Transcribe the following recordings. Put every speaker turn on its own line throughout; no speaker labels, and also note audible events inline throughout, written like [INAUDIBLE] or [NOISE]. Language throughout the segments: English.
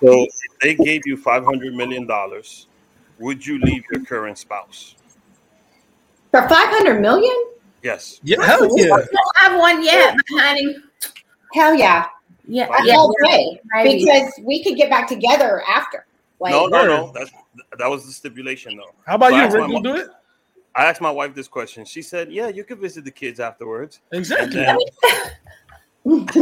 So if they gave you five hundred million dollars, would you leave your current spouse?
For 500 million?
Yes.
Yeah, hell yeah.
I don't have one yet, but honey.
Hell yeah.
Yeah,
Wow.
yeah,
All
yeah.
day.
Maybe.
Because we could get back together after. Like, [LAUGHS]
No, no, no. That's that was the stipulation though.
How about
So
you,
that's
Rick?
my
You
mo-
do it?
I asked my wife this question. She said, "Yeah, you could visit the kids afterwards." And
Exactly.
[LAUGHS]
then-
Now, if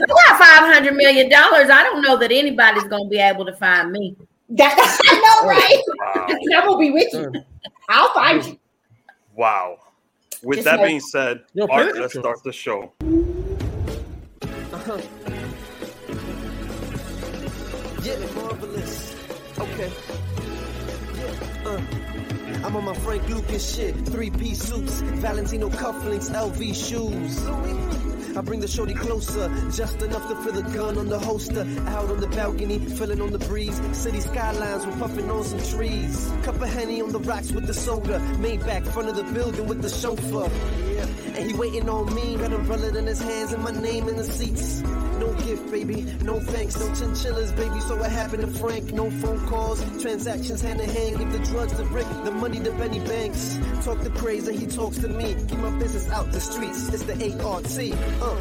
you got five hundred million dollars, I don't know that anybody's gonna be able to find me.
that, [LAUGHS] I know, right?
wow,
I will be with you. I'll find you.
wow. With
Just
that
like-
being said,
Yo, play
Art,
the
let's
intro.
start the
[LAUGHS]
show.
Uh-huh. Yeah, marvelous. Okay. Yeah, uh. I'm on my Frank Lucas shit. Three piece suits, Valentino cufflinks, LV Oh, shoes. I bring the shorty closer, just enough to feel the gun on the holster. Out on the balcony, feeling on the breeze. City skylines, we're puffing on some trees. Cup of honey on the rocks with the soda. Maybach, front of the building with the chauffeur. And he waiting on me, got umbrella in his hands and my name in the seats. No gift, baby, no thanks, no chinchillas, baby. So what happened to Frank? No phone calls, transactions hand in hand. Give the drugs to Rick, the money to Benny Banks. Talk to crazy, he talks to me. Keep my business out the streets. It's the ART. Uh.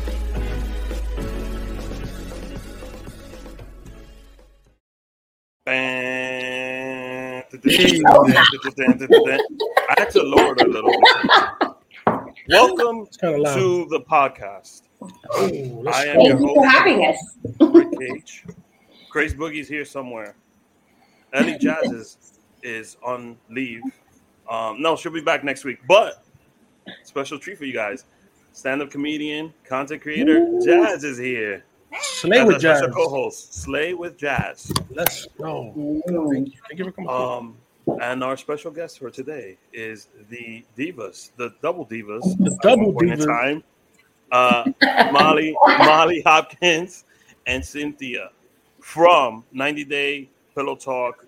Bang. I had to lower it a little bit.
[LAUGHS]
Welcome
It's kind of loud.
to the podcast.
Oh, let's
I am your
Thank you for
host,
having us.
Rick Cage. Crazy Boogie's here somewhere. Ellie Jazz is, is on leave. Um, no, she'll be back next week. But special treat for you guys. Stand-up comedian, content creator, Jazz is here.
slay
As
with
our
jazz.
special co-host, Slay with Jazz.
Let's go.
Mm.
Thank you for coming.
Um, and our special guest for today is the divas, the double divas,
The
at one
double
point in
divas.
time, uh, Molly, Molly Hopkins, and Cynthia from 90 Day Pillow Talk,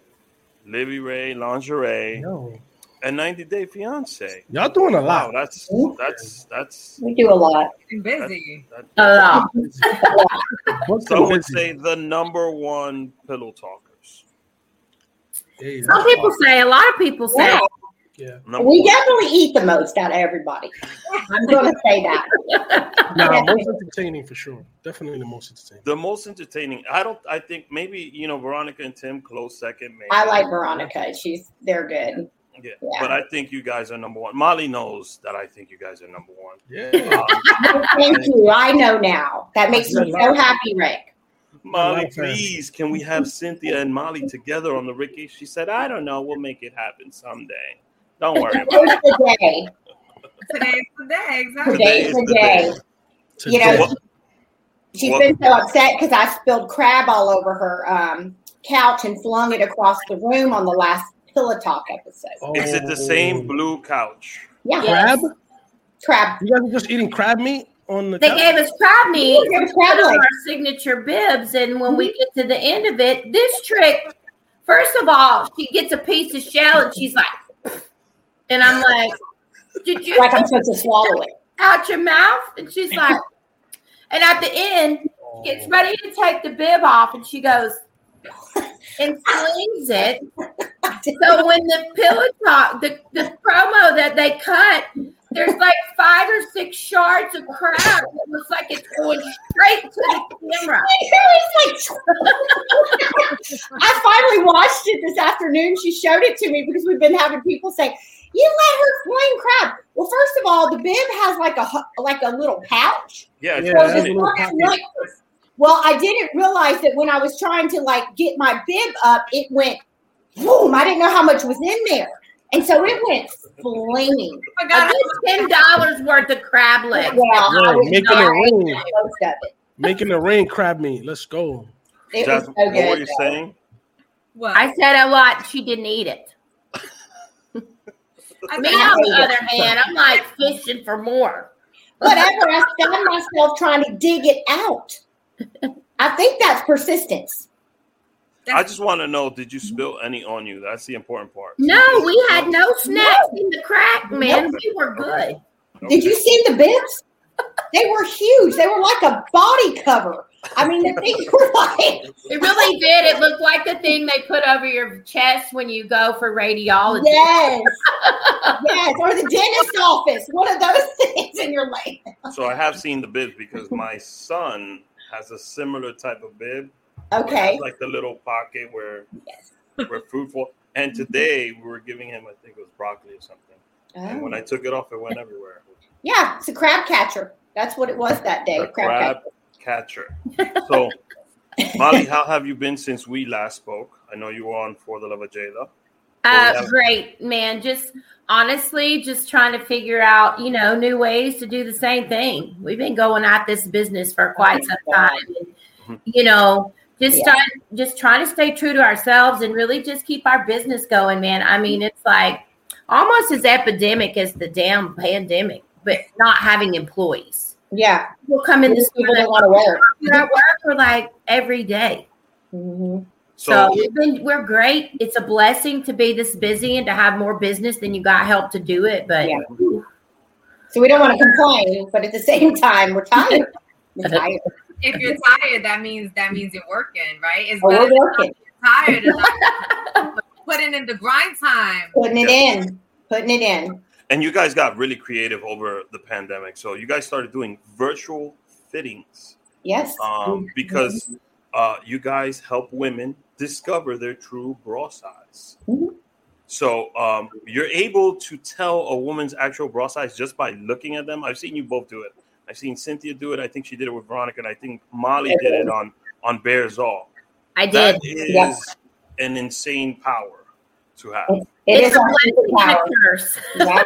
Livy Ray Lingerie,
Yo,
and 90 Day Fiance.
y'all doing a
Wow,
lot.
that's that's that's
We do a lot.
busy.
A lot.
Booked
some
and
would
busy.
say the number one pillow talkers.
Hey,
Some people say, a lot of people say,
Yeah.
Yeah.
Number
We
one.
definitely eat the most out of everybody. I'm going to say that.
Nah, most entertaining for sure. Definitely the most entertaining.
The most entertaining. I don't. I think maybe you know Veronica and Tim close second. Maybe
I like Veronica. She's they're good.
Yeah,
Yeah.
but I think you guys are number one. Molly knows that I think you guys are number one. [LAUGHS]
Yeah.
Um,
Thank you. I know now. That makes me so happy, Rick.
Molly,
like her.
please, can we have Cynthia and Molly together on the Ricky? She said, I don't know. We'll make it happen someday. Don't worry about
Today's the day.
Today's the day. Exactly.
Today
Today's
is
the
the
day.
day.
You
Today.
know,
What-
she's
what-
been so upset because I spilled crab all over her um, couch and flung it across the room on the last Pillow Talk episode.
Oh.
it. Is it the same blue couch?
Yeah,
crab?
crab.
You guys are just eating crab meat on the
They
couch?
gave us crab meat
Ooh, they're
instead of
traveling.
our signature bibs, and when
Mm-hmm.
we get to the end of it, this trick. First of all, she gets a piece of shell, and she's like, [SNIFFS] and I'm like, "Did you
Like I'm supposed to swallow it. [LAUGHS]
out your mouth?" And she's like, and at the end,
Oh.
gets ready to take the bib off, and she goes [LAUGHS] and slings it. So when the pillow talk, the, the promo that they cut, there's like five or six shards of crab. It looks like it's going straight to the camera.
It was like- [LAUGHS] I finally watched it this afternoon. She showed it to me because we've been having people say, "You let her fling crab." Well, first of all, the bib has like a hu- like a little pouch.
Yeah. it's
Yeah,
just
that's
in
a
it.
little
Well,
pocket.
Well, I didn't realize that when I was trying to like get my bib up, it went boom. I didn't know how much was in there, and so it went flinging.
I forgot
I did ten dollars worth of crab legs.
Well, I
Yeah,
was
making
not
it rain.
most of it.
Making the rain crab meat. Let's go.
It was
Jasmine,
so
what were you
good. though.
saying?
What?
I said a lot. She didn't eat it.
[LAUGHS] I
Me,
said-
on the other hand, I'm like fishing for more.
Whatever, I found myself trying to dig it out. I think that's persistence.
I just want to know did you spill
Mm-hmm.
any on you? That's the important part.
No, we had no snacks in the crack, man. We were good.
Did you see the bibs? They were huge. They were like a body cover. I mean, the [LAUGHS] things were like,
It really did. It looked like the thing they put over your chest when you go for radiology.
yes, yes, or the dentist's office, one of those [LAUGHS] things in your life.
So I have seen the bibs
[LAUGHS]
because my son has a similar type of bib.
Okay.
It's like the little pocket where
Yes.
where food for. And today we were giving him, I think it was broccoli or something. And
Oh.
when I took it off, it went everywhere.
Yeah, it's a crab catcher. That's what it was that day.
A
crab catcher.
crab catcher.
[LAUGHS]
So, Molly, how have you been since we last spoke? I know you were on For the Love of Jada.
Uh,
Yeah.
great, man. Just honestly, just trying to figure out, you know, new ways to do the same thing. We've been going at this business for quite some time. And, you know, just
Yeah.
trying, just trying to stay true to ourselves and really just keep our business going, man. I mean, it's like almost as epidemic as the damn pandemic, but not having employees.
Yeah,
People come in
and
this
this people did a lot of work.
I work for like every day.
Mhm.
So,
So,
we've been, we're great. It's a blessing to be this busy and to have more business than you got help to do it. But
Yeah. So we don't want to complain, but at the same time, we're
[LAUGHS]
tired. We're tired.
If you're tired, that means that means you're working, right? It's
Oh, we're
better
working.
tired and not
[LAUGHS]
putting in the grind time.
putting it in, putting it in.
and you guys got really creative over the pandemic. So you guys started doing virtual fittings
Yes,
um, because uh, you guys help women discover their true bra size.
Mhm.
So um, you're able to tell a woman's actual bra size just by looking at them. I've seen you both do it. I've seen Cynthia do it. I think she did it with Veronica, and I think Molly did it on on Bears All.
I
That
did.
is
Yeah.
an insane power to have.
it
it's
is
a
our
blessing and
superpower.
a curse. [LAUGHS]
Yeah,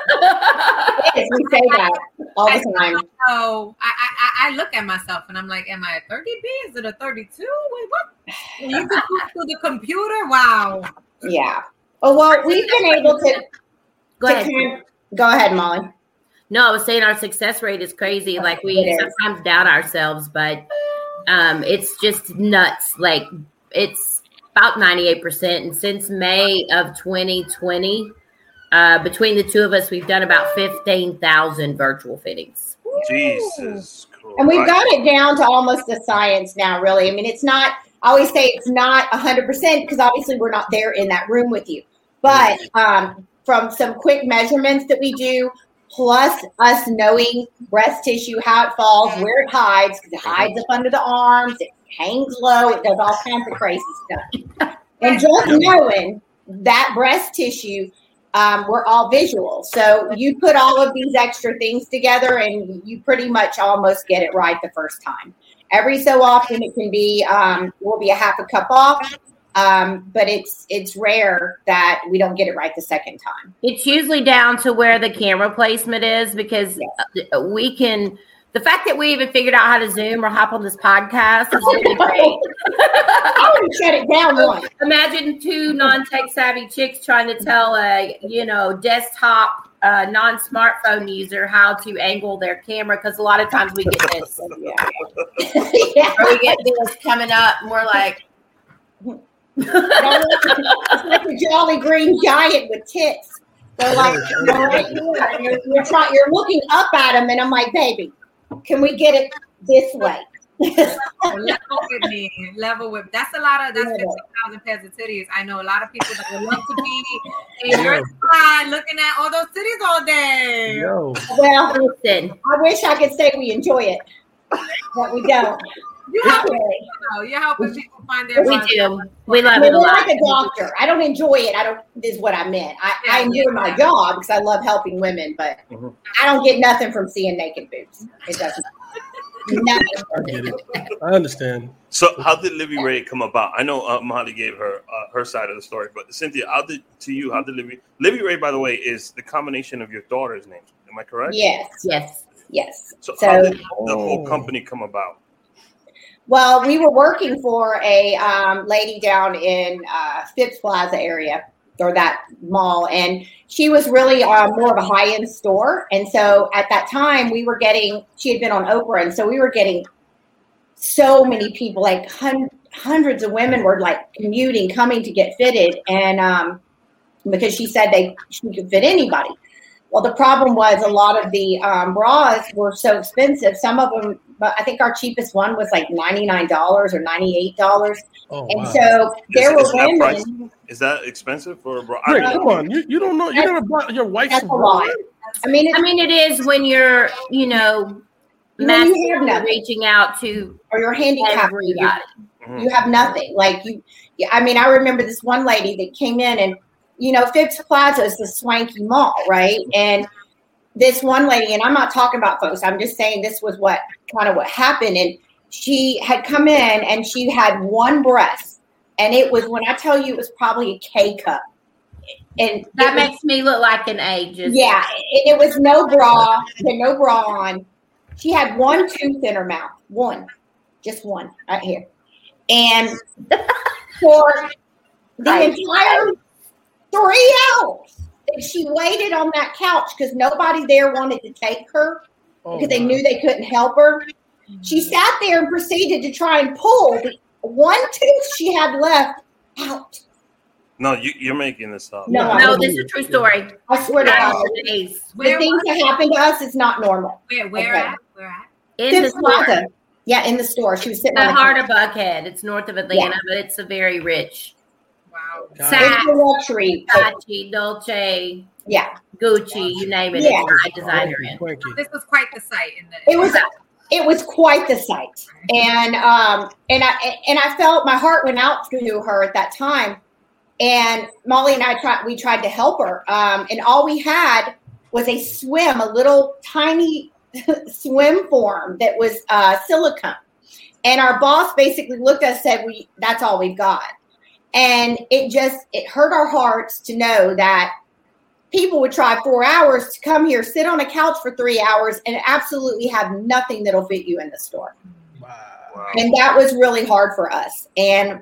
it is. We say that all the time.
So I, I I- I look at myself and I'm like, am I a 30 B? Is it a 32? Wait, what? When you can look through the computer? Wow.
Yeah. Oh well, we've been able to. to
Go ahead.
kind of- go ahead, Molly.
No, I was saying our success rate is crazy. Like
It
we
is.
sometimes doubt ourselves, but um, it's just nuts. Like it's about ninety eight percent, and since May of twenty twenty, uh, between the two of us, we've done about fifteen thousand virtual fittings.
Jesus Christ.
And we've got it down to almost the science now. Really, I mean, it's not. I always say it's not hundred percent because obviously we're not there in that room with you. But um, from some quick measurements that we do, plus us knowing breast tissue, how it falls, where it hides, because it hides up under the arms, it hangs low, it does all kinds of crazy stuff. And just knowing that breast tissue, um, we're all visual. So you put all of these extra things together and you pretty much almost get it right the first time. Every so often it can be, um, we'll be a half a cup off. Um, but it's it's rare that we don't get it right the second time.
It's usually down to where the camera placement is because uh, we can. The fact that we even figured out how to Zoom or hop on this podcast is really great.
[LAUGHS] I would shut it down once. [LAUGHS]
imagine two non-tech savvy chicks trying to tell a you know desktop uh, non-smartphone user how to angle their camera because a lot of times we get this
Yeah. yeah.
or we get this coming up and we're like
It's like a jolly green giant with tits. They're like, you know, right there. And You're, you're, trying, you're looking up at them, and I'm like, baby, can we get it this way?
level with me. Level with that's a lot of that's
Yeah.
fifteen thousand pairs of titties. I know a lot of people that would love to be in your spot looking at all those titties all day.
Yo,
Well,
listen
I wish I could say we enjoy it, but we
[LAUGHS]
don't.
You help
Really.
people. You're helping people find their
we
body.
do we love
We're
it a lot
like a doctor. I don't enjoy it. I don't. Is what I meant. I, I
Yeah,
enjoy
yeah.
my job because I love helping women, but
Mhm.
I don't get nothing from seeing naked boobs. It doesn't. Nothing.
I get it. I understand.
So how did Libby Ray come about? I know uh, Molly gave her uh, her side of the story, but Cynthia, how did to you? How did Libby Libby Ray? By the way, is the combination of your daughter's names. Am I correct?
Yes.
yes
Yes.
So,
So-
how did the whole
Oh.
company come about?
Well, we were working for a um, lady down in uh, Phipps Plaza area or that mall, and she was really uh, more of a high end store. And so at that time, we were getting, she had been on Oprah, and so we were getting so many people like hun- hundreds of women were like commuting, coming to get fitted. And um, because she said they she could fit anybody. Well, the problem was a lot of the um, bras were so expensive. Some of them, but I think our cheapest one was like ninety nine dollars or ninety eight dollars,
Oh,
and
wow.
so
Is-
there were
is that
women.
price? Is that expensive for a bra? I
Rick,
mean,
come on. You, you don't know. You never bought your wife's
That's a lot. I mean,
I
it's,
mean, it is when you're, you know,
When you have
massively
nothing.
reaching out to
or your handicap.
everybody.
mhm.
you have nothing. Like you, yeah, I mean, I remember this one lady that came in and, you know, Fifth Plaza is the swanky mall, right? And this one lady, and I'm not talking about folks, I'm just saying this was what kind of what happened. And she had come in and she had one breast. And it was, when I tell you, it was probably a K cup. And
That
it was-
makes me look like an ageist.
yeah, and it was no bra, she had no bra on. She had one tooth in her mouth, one, just one, right here. And for the
Right.
entire three hours, that she waited on that couch because nobody there wanted to take her
Oh,
because they
wow.
knew they couldn't help her. She sat there and proceeded to try and pull the one tooth she had left out.
No, you, you're making this up.
No, I
No, this is a true story.
I swear to
I
God,
was an ace.
the
Where,
things that happen to us is not normal.
where, where
Okay.
at? Where at?
In the
Fifth Plaza.
store,
Yeah, in the store. She was sitting
the
on the
heart of Buckhead. It's north of Atlanta, but it's a very rich.
Wow.
Got
Sad.
it.
It's a luxury. but
Gucci, Dolce,
yeah,
Gucci, you name it.
Yeah.
It's high designer in.
Thank you.
This was quite the sight. In the,
it was it was quite the sight, and um and I and I felt my heart went out to her at that time. And Molly and I tried we tried to help her, um, and all we had was a swim, a little tiny [LAUGHS] swim form that was uh, silicone. And our boss basically looked at us and said, "We that's all we've got." And it just it hurt our hearts to know that people would try four hours to come here, sit on a couch for three hours, and absolutely have nothing that'll fit you in the store.
Wow.
Wow.
And that was really hard for us. And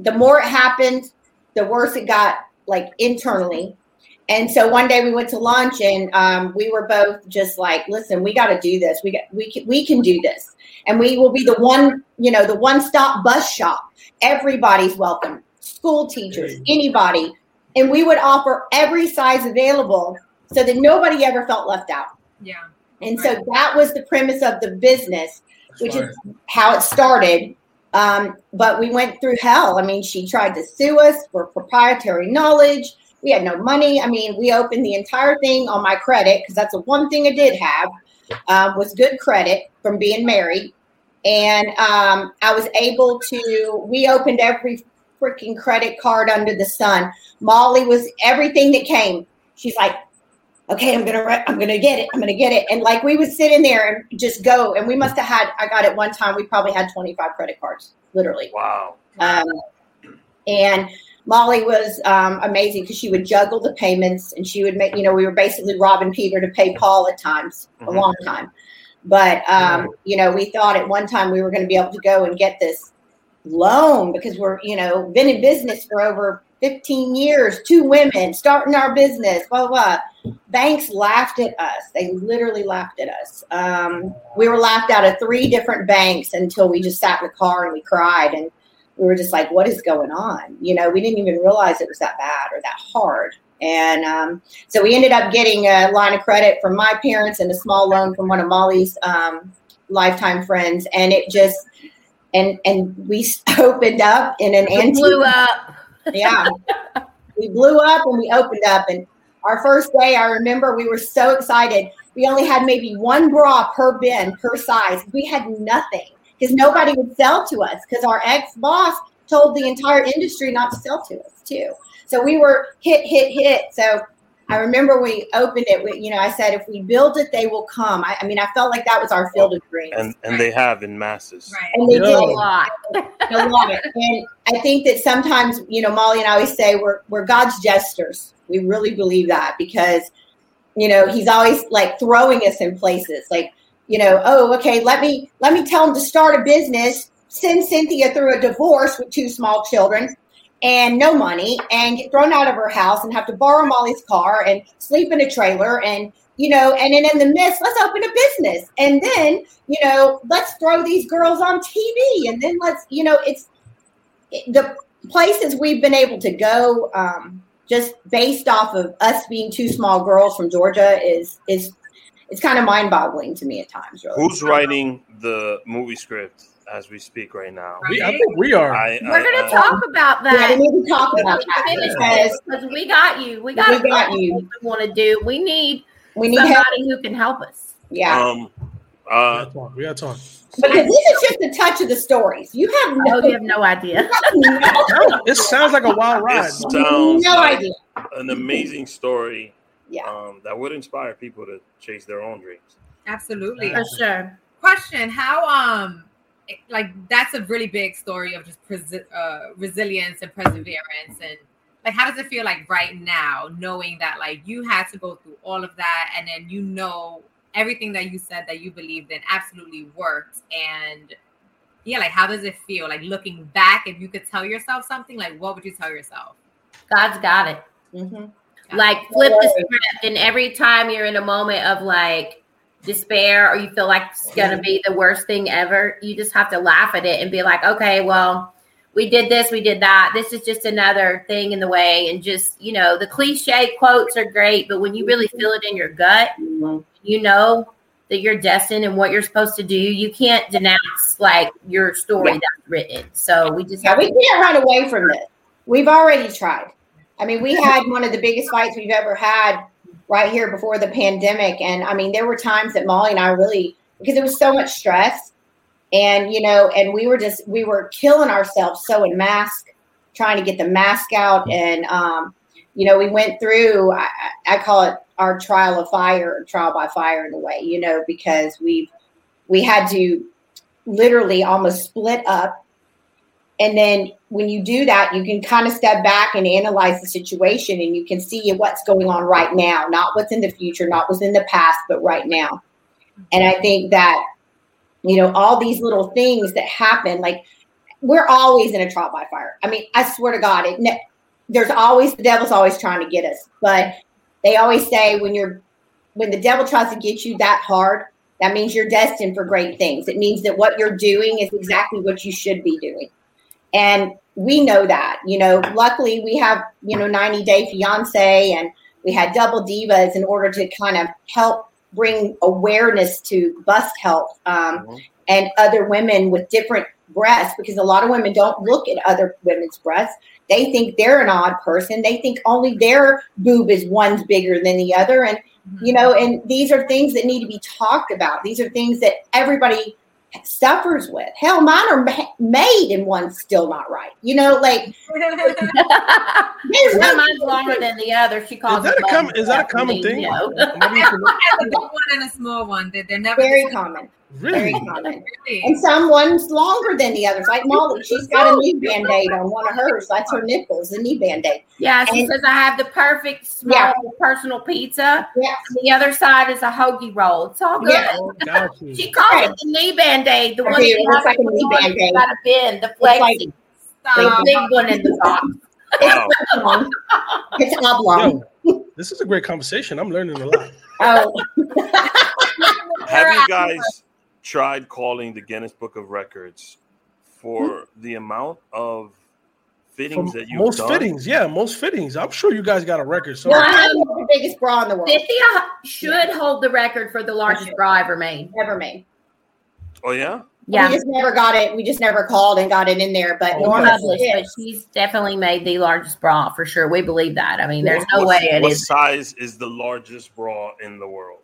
the more it happened, the worse it got, like internally. And so one day we went to lunch, and um, we were both just like, "Listen, we got to do this. We got, we can, we can do this, and we will be the one, you know, the one stop bus shop. Everybody's welcome. School teachers, anybody, and we would offer every size available, so that nobody ever felt left out.
Yeah.
And so that was the premise of the business, which
Fire.
is how it started. Um, but we went through hell. I mean, she tried to sue us for proprietary knowledge. We had no money. I mean, we opened the entire thing on my credit because that's the one thing I did have um, was good credit from being married. And um, I was able to, we opened every freaking credit card under the sun. Molly was everything that came. She's like, okay, I'm gonna, re- I'm gonna get it, I'm gonna get it, and like we would sit in there and just go, and we must have had, I got it one time, we probably had 25 credit cards, literally.
Wow.
Um, and Molly was um, amazing because she would juggle the payments, and she would make, you know, we were basically robbing Peter to pay Paul at times, a
Mhm.
long time. But um, you know, we thought at one time we were going to be able to go and get this loan because we're, you know, been in business for over 15 years, two women starting our business, blah, blah, blah. Banks laughed at us. They literally laughed at us. Um, we were laughed out of three different banks until we just sat in the car and we cried. And we were just like, what is going on? You know, we didn't even realize it was that bad or that hard. And um, so we ended up getting a line of credit from my parents and a small loan from one of Molly's um, lifetime friends. And it just, and and we [LAUGHS] s- opened up in an
It
antique
blew up.
yeah. we blew up and we opened up. And our first day, I remember we were so excited. We only had maybe one bra per bin, per size. We had nothing because nobody would sell to us because our ex boss told the entire industry not to sell to us, too. So we were hit, hit, hit. So I remember we opened it. We, you know, I said, if we build it, they will come. I, I mean, I felt like that was our field of dreams.
And and they have in masses.
Right.
and they
Yeah.
A
did.
lot.
I love it. And I think that sometimes, you know, Molly and I always say we're we're God's jesters. We really believe that because, you know, he's always like throwing us in places. Like, you know, oh, okay, let me let me tell him to start a business, send Cynthia through a divorce with two small children and no money and get thrown out of her house and have to borrow Molly's car and sleep in a trailer and you know, and then in the midst, let's open a business. And then you know, let's throw these girls on TV and then let's, you know, it's it- the places we've been able to go. Um, just based off of us being two small girls from Georgia is is it's kind of mind boggling to me at times. Really.
Who's writing the movie script as we speak right now?
We, I think we are.
I,
We're gonna talk about
Yeah, we
that.
need to talk about that because
Because we got you. We got,
We got you.
want to do. We need
we need help.
somebody who can help
[LAUGHS]
us.
Yeah,
Um, uh,
we got time. We got time.
because this is just a touch of the stories. You have no,
Oh, you have no idea.
no,
No, it sounds like a wild ride.
it sounds
no
like
idea.
um, uh, an amazing story
Yeah.
um, that would inspire people to chase their own dreams.
Absolutely.
For sure.
Question: How um, it- like that's a really big story of just presi- uh, resilience and perseverance, and like how does it feel like right now, knowing that like you had to go through all of that, and then you know everything that you said that you believed in absolutely worked, and yeah, like how does it feel? Like looking back, if you could tell yourself something, like what would you tell yourself?
God's got it.
Mhm.
Like flip the script, and every time you're in a moment of like despair or you feel like it's gonna be the worst thing ever, you just have to laugh at it and be like, okay, well, we did this, we did that. This is just another thing in the way, and just you know, the cliche quotes are great, but when you really feel it in your gut, you know that you're destined and what you're supposed to do. You can't denounce like your story
Yeah.
that's written. So we just
Yeah,
have
we can't run away from this. We've already tried. I mean, we had one of the biggest fights we've ever had right here before the pandemic. And I mean, there were times that Molly and I really, because it was so much stress. And, you know, and we were just, we were killing ourselves sewing mask, trying to get the mask out. And, um, you know, we went through, I, I I call it our trial of fire, or trial by fire in a way, you know, because we've, we had to literally almost split up and then when you do that, you can kind of step back and analyze the situation and you can see what's going on right now, not what's in the future, not what's in the past, but right now. And I think that, you know, all these little things that happen, like we're always in a trial by fire. I mean, I swear to God, it, ne- there's always the devil's always trying to get us. But they always say when you're, when the devil tries to get you that hard, that means you're destined for great things. It means that what you're doing is exactly what you should be doing and we know that you know luckily we have you know 90 day fiance and we had double divas in order to kind of help bring awareness to bust health um,
Uh-huh.
Mhm.
and other women with different breasts because a lot of women don't look at other women's breasts they think they're an odd person they think only their boob is one's bigger than the other and you
[LAUGHS]
know and these are things that need to be talked about these are things that everybody suffers with hell mine are ma- made and one's still not right you know like there's
One
no
mine's longer than the other. She calls
Is that
it
a com-
button.
Is that a
I
common
mean,
thing?
you know.
Maybe
[LAUGHS]
you can-
a big one and a small one. They're, they're never
[LAUGHS] very common very
Really?
common
Really.
and some one's longer than the others like molly she's got a knee band-aid on one of hers that's her nipples a knee band-aid
Yeah, she
And-
says I have the perfect small
Yeah.
personal pizza.
yeah
The other side is a hoagie roll. It's all good.
Yeah.
Oh, got you.
She calls it the knee band aid. The one
Okay, it
that you
looks
have
like a knee
on the
Band-Aid.
side of Ben, the
like-
flexi, the
Stop.
big one in
[LAUGHS]
the box.
Wow.
it's oblong
Yo, this is a great conversation. I'm learning
[LAUGHS]
a lot.
oh
Have
[LAUGHS]
you guys tried calling the Guinness Book of Records for
Hmm?
the amount of fittings
For
that you've
most
done?
fittings, yeah, most fittings. I'm sure you guys got a record. So
well i have the biggest bra in the world
Cynthia should hold the record for the largest bra ever made.
ever made
Oh yeah,
Yeah,
we just never got it we just never called and got it in there but
Oh,
normally
published, but she's definitely made the largest bra for sure. We believe that. I mean, there's no
What-
way it
what
is.
size is the largest bra in the world?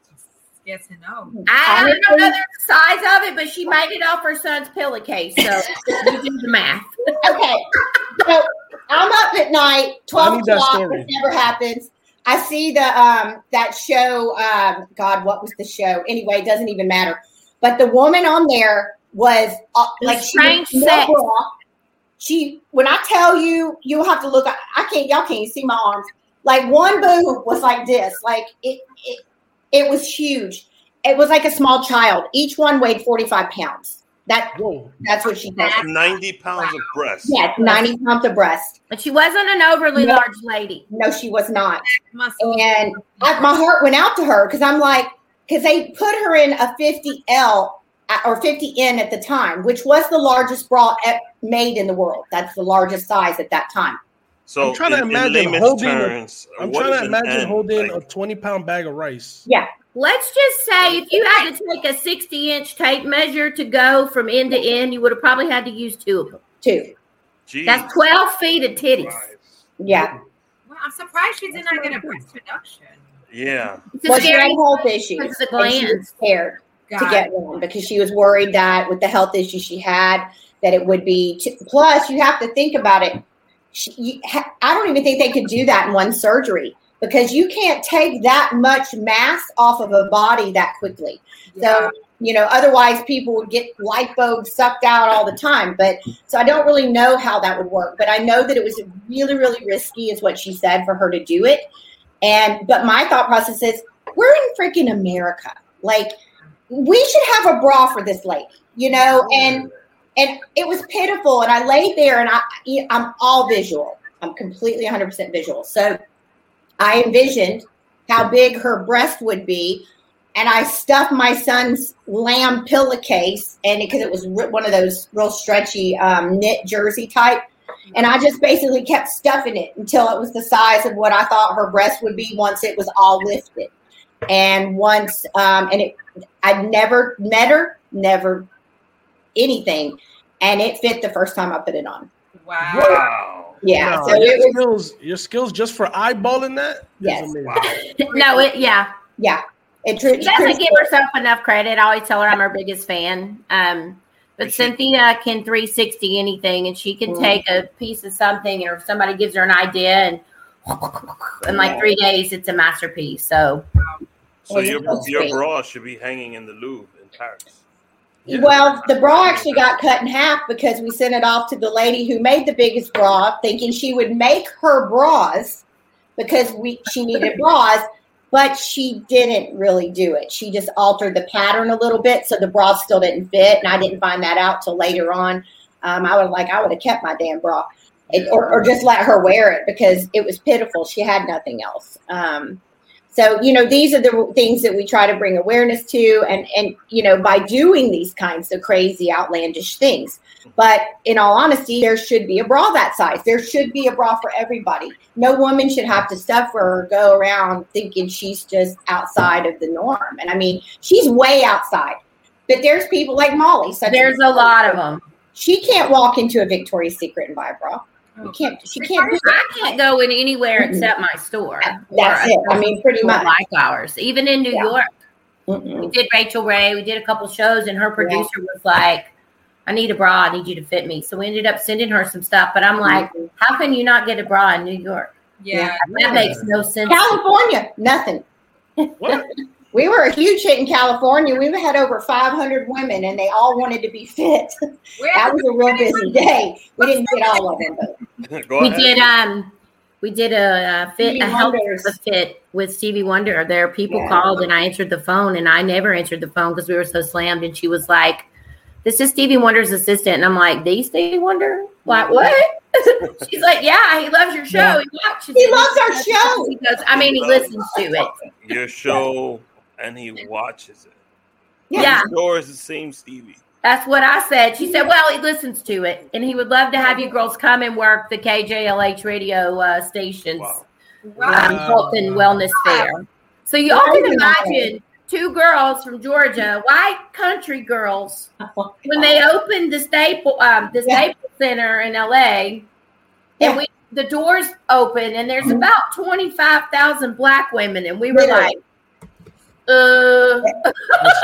Yes and no.
I, I don't know the size of it, but she made it off her son's pillowcase.
[LAUGHS]
So you do the math.
okay. So I'm up at night,
I
twelve
need that
o'clock.
story.
It never happens. I see the um that show. Um, God, what was the show? Anyway, it doesn't even matter. But the woman on there was uh,
The
like she was
strange
no
sex.
bra. She when I tell you, you'll have to look. I, I can't. Y'all can't see my arms. Like one boob was like this. Like it. It, it was huge. It was like a small child. Each one weighed forty five pounds. That
whoa,
that's what she does.
Ninety pounds of breasts.
Yes, ninety pounds of breast.
But she wasn't an overly
No.
large lady.
No, she was not.
Must
And I, my heart went out to her because I'm like, because they put her in a 50L at- or 50N at the time, which was the largest bra e- made in the world. That's the largest size at that time.
So
I'm trying to
in, in
imagine
layman's
holding a-
terms,
I'm
what
trying
is
to
an
imagine
N?
holding
Like,
a 20 pound bag of rice.
Yeah.
Let's just say if you had to take a 60 inch tape measure to go from end to end, you would have probably had to use two of them.
Two.
geez.
That's 12 feet of titties.
Yeah.
Well, I'm surprised she did not get a breast reduction.
Yeah.
It's a
Well, she
scary
had health
because
issues.
of the
and she was
glands.
scared to
God.
get one because she was worried that with the health issues she had, that it would be. Too, plus, you have to think about it. She, you, ha- I don't even think they could do that in one surgery because you can't take that much mass off of a body that quickly. So, you know, otherwise people would get light bulbs sucked out all the time. But so I don't really know how that would work. But I know that it was really, really risky, is what she said, for her to do it. And, but my thought process is we're in freaking America. Like, we should have a bra for this lady, you know? And, and it was pitiful. And I laid there and I, I'm all visual. I'm completely 100% visual. So I envisioned how big her breast would be and I stuffed my son's lamb pillowcase, and because it, was re- one of those real stretchy um, knit jersey type, and I just basically kept stuffing it until it was the size of what I thought her breast would be once it was all lifted, and once um, and it, I never met her, never anything, and it fit the first time I put it on.
Wow.
Wow.
Yeah,
Nah,
so
your
it was
skills, your skills just for eyeballing that.
Yes.
Is
Wow.
amazing.
No, it, yeah.
yeah. It
She
truly
doesn't give herself enough credit. I always tell her I'm her biggest fan. Um, but
Appreciate it.
Cynthia can 360 anything, and she
Mm.
can take a piece of something, or if somebody gives her an idea, and in like three days, it's a masterpiece. So,
So your
Well,
your bra should be hanging in the Louvre in Paris. [LAUGHS]
Yeah.
Well, the bra actually got cut in half because we sent it off to the lady who made the biggest bra, thinking she would make her bras because we she needed bras, but she didn't really do it. She just altered the pattern a little bit, so the bra still didn't fit, and I didn't find that out till later on. Um, I would like I would have kept my damn bra, it, or, or just let her wear it because it was pitiful. She had nothing else. Um, so you know these are the things that we try to bring awareness to, and and you know by doing these kinds of crazy, outlandish things. But in all honesty, there should be a bra that size. There should be a bra for everybody. No woman should have to suffer or go around thinking she's just outside of the norm. And I mean, she's way outside. But there's people like Molly. Such
there's a lot of them.
She can't walk into a Victoria's Secret and buy a bra. You can't. She can't. Do that.
I can't go in anywhere except my store.
That's
or a
it. I mean, pretty
store
much.
like ours, even in New
Yeah.
York.
Mm-mm.
We did Rachel Ray. We did a couple shows, and her producer was like, "I need a bra. I need you to fit me." So we ended up sending her some stuff. But I'm
Mm.
like, "How can you not get a bra in New York?
Yeah.
That makes no sense."
California, nothing.
What?
We were a huge hit in California. We had over 500 women, and they all wanted to be fit.
Where
That was a real busy day. We didn't get all of them, but
Go
we
ahead.
did um, we did a, uh fit
Stevie
a health
Wonder's.
a fit with Stevie Wonder. There people
Yeah.
called, and I answered the phone, and I never answered the phone because we were so slammed. And she was like. This is Stevie Wonder's assistant, and I'm like, "The Stevie Wonder? Like what?" [LAUGHS] She's like, "Yeah, he loves your show. He watches.
He
it."
loves our show.
He goes, I mean, he listens to it.
your show and he watches it.
Yeah.
Yeah,
Sure is the same Stevie.
that's what I said. She said, "Well, he listens to it, and he would love to have you girls come and work the KJLH radio uh, stations,
Wow.
um,
Wow.
health and wellness fair." So you all can imagine two girls from Georgia, white country girls, when they opened the staple um, the
Yeah.
staple center in LA,
Yeah. Mm-hmm.
and we the doors open, and there's about twenty five thousand black women, and we were
Literally.
like, "Uh."
That's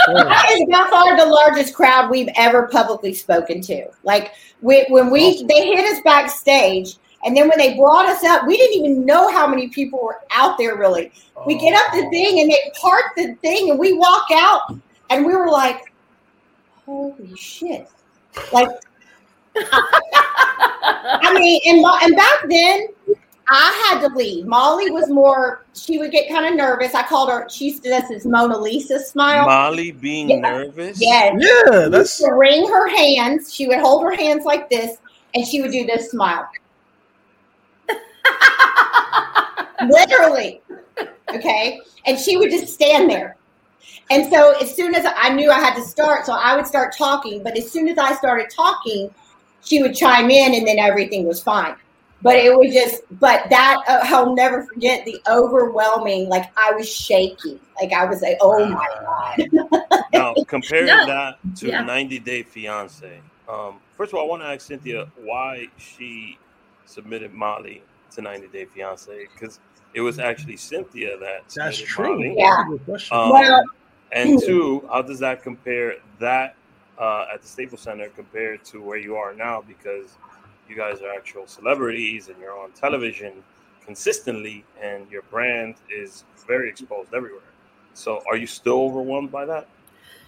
terrible.
That is by far the largest crowd we've ever publicly spoken to. Like we, when we they hit us backstage, and then when they brought us up, we didn't even know how many people were out there. Really, [LAUGHS] we get up the thing and they park the thing, and we walk out, and we were like, "Holy shit!" Like, I mean, and Mo- and back then. I had to leave. Molly was more, she would get kind of nervous. I called her, she does this Mona Lisa smile.
Molly being
Yeah.
nervous.
yes.
Yeah, that's
She would wring her hands. She would hold her hands like this, and she would do this
[LAUGHS]
smile. Literally. Okay. And she would just stand there. And so as soon as I knew I had to start, so I would start talking. But as soon as I started talking, she would chime in, and then everything was fine. But it was just, but that uh, I'll never forget the overwhelming. Like I was shaking. Like I was like, oh my god.
Now compare
No.
that to
Yeah.
90 Day Fiance. Um, first of all, I want to ask Cynthia why she submitted Molly to 90 Day Fiance because it
Mm.
was actually Cynthia that
That's
submitted
true.
Molly.
Yeah.
Good question.
Um,
Well- [CLEARS THROAT]
and two, how does that compare that uh, at the Staples Center compared to where you are now? Because you guys are actual celebrities and you're on television consistently, and your brand is very exposed everywhere. So, are you still overwhelmed by that?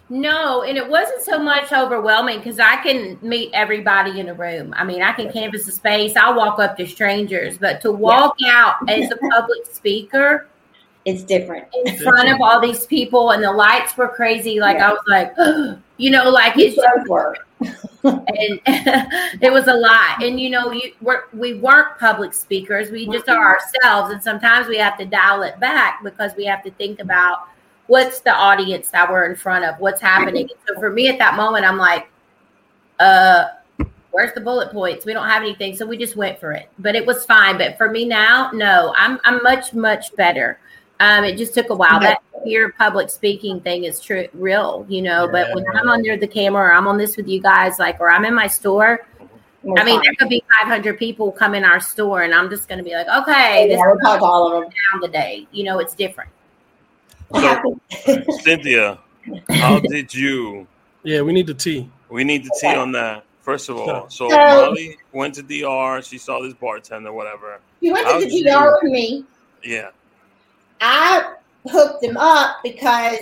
No, and it wasn't so much overwhelming because I can meet everybody in a room. I mean, I can canvas a space. I'll walk up to strangers, but to walk out as a public speaker
It's different.
in front of all these people and the lights were crazy. Like I was like, [GASPS] you know, like
It's
it's just
over.
and [LAUGHS] it was a lot. And you know, you we're, we weren't public speakers; we just are ourselves. And sometimes we have to dial it back because we have to think about what's the audience that we're in front of, what's happening. And so for me, at that moment, I'm like, uh. Where's the bullet points? We don't have anything, so we just went for it. But it was fine. But for me now, no, I'm I'm much much better. Um, it just took a while. That fear of public speaking thing is true, real, you know. But when I'm under the camera, or I'm on this with you guys, like, or I'm in my store.
We're
I mean,
fine.
there could be 500 people come in our store, and I'm just going to be like, okay, this
yeah, we'll talk to all of them.
is down today. You know, it's different.
So, [LAUGHS] Cynthia,
[LAUGHS]
how did you?
yeah, we need the tea.
We need to see on that. First of all, so
So-
Molly went to DR. She saw this bartender, whatever.
He went
How'd
to
you-
the DR with me.
Yeah,
I hooked him up because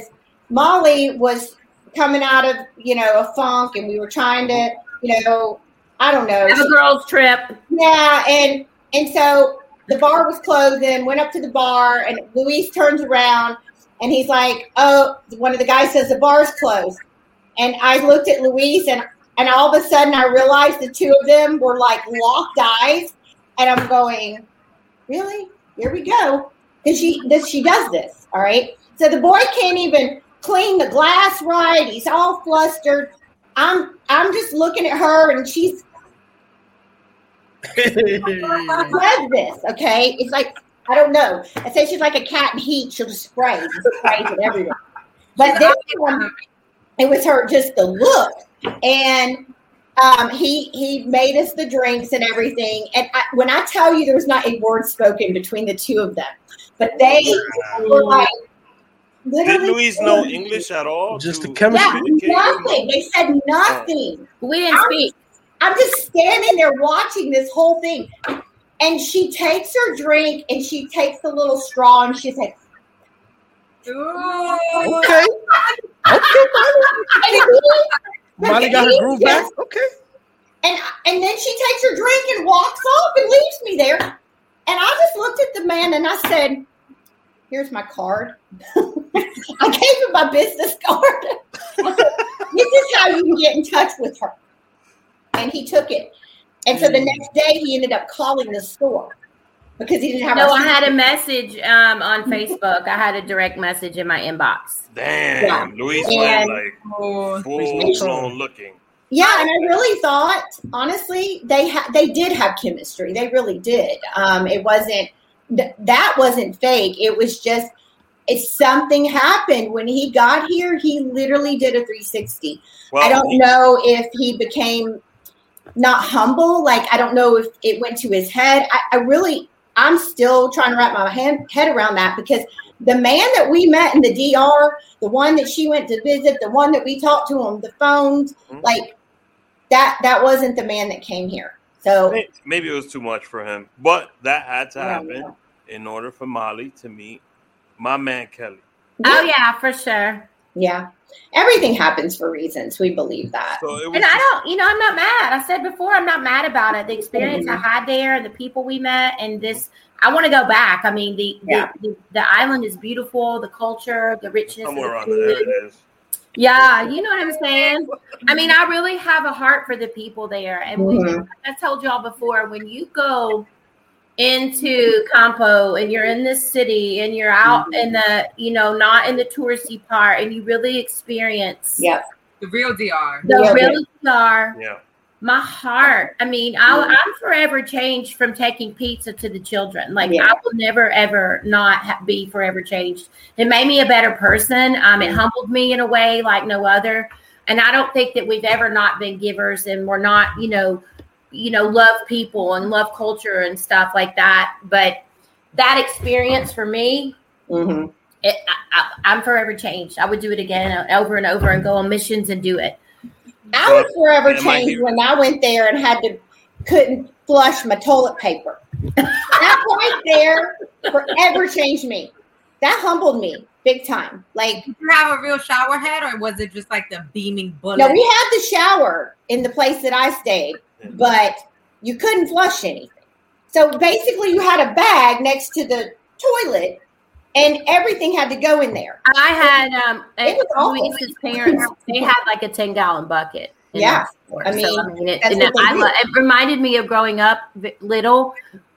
Molly was coming out of you know a funk, and we were trying to you know I don't know
Have a girls' trip.
yeah, and and so the bar was closed and went up to the bar and Luis turns around and he's like, Oh, one of the guys says the bar's closed. And I looked at Luis and and all of a sudden I realized the two of them were like locked eyes and I'm going, Really? Here we go. Because she this she does this, all right? So the boy can't even clean the glass right. He's all flustered. I'm I'm just looking at her and she's does this, okay? It's like, I don't know. I say she's like a cat in heat. She'll just spray, just sprays it everywhere. But then um, it was her just the look. And um, he he made us the drinks and everything. And I, when I tell you, there was not a word spoken between the two of them, but they were like
did
literally
Louise know English at all?
Just the
to
chemistry.
communicate?
nothing. They said nothing.
We didn't speak.
I'm just standing there watching this whole thing. And she takes her drink and she takes the little straw and she's like,
Ooh.
Okay. Molly got her groove back.
Yes.
Okay.
and, and then she takes her drink and walks off and leaves me there. And I just looked at the man and I said, Here's my card. [LAUGHS] I gave him my business card. [LAUGHS] I said, this is how you can get in touch with her. And he took it. And
Mm.
so the next day he ended up calling the store because he didn't have
No,
our
I had a message um, on Facebook. I had a direct message in my inbox.
Damn, Louise went like full
Louise-
blown looking.
Yeah, and I really thought, honestly, they ha- they did have chemistry. They really did. Um, it wasn't th- that wasn't fake. It was just it's something happened when he got here. He literally did a three sixty.
Well,
I don't
he-
know if he became not humble. Like I don't know if it went to his head. I, I really, I'm still trying to wrap my hand, head around that because the man that we met in the DR, the one that she went to visit, the one that we talked to on the phones,
Mhm.
like that, that wasn't the man that came here. So
may- maybe it was too much for him, but that had to
I don't
happen in order for Molly to meet my man Kelly.
Oh yeah, for sure.
yeah, everything happens for reasons. We believe that.
So it was
And I don't, you know, I'm not mad. I said before, I'm not mad about it. The experience I had there and the people we met and this, I want to go back. I mean, the,
Yeah.
the, the the island is beautiful, the culture, the richness. of
somewhere
the
around
food.
there. It is.
Yeah, you know what I'm saying. I mean, I really have a heart for the people there, and when,
Mhm.
like I told y'all before, when you go into Campo and you're in this city and you're out in the, you know, not in the touristy part, and you really experience
Yep.
The real DR.
the
Yeah.
real DR,
Yeah,
my heart. I mean, I'll, I'm forever changed from taking pizza to the children. Like
Yeah.
I will never ever not ha- be forever changed. It made me a better person. Um, it humbled me in a way like no other. And I don't think that we've ever not been givers, and we're not, you know, you know, love people and love culture and stuff like that. But that experience for me
Mm-hmm.
it, I, I, I'm forever changed. I would do it again uh, over and over and go on missions and do it.
I was forever
Am I
changed
here?
when I went there and had to couldn't flush my toilet paper. that right there forever changed me. That humbled me big time. Like
Did you have a real shower head, or was it just like the beaming bullet?
no, we had the shower in the place that I stayed, but you couldn't flush anything. So basically, you had a bag next to the toilet, and everything had to go in there.
I had um,
It was
a-
awful.
Luis's parents. They had like a ten gallon bucket. in
Yeah.
their store.
I mean,
so, I mean it,
that's
and
what they
I
do.
lo- it reminded me of growing up v- little.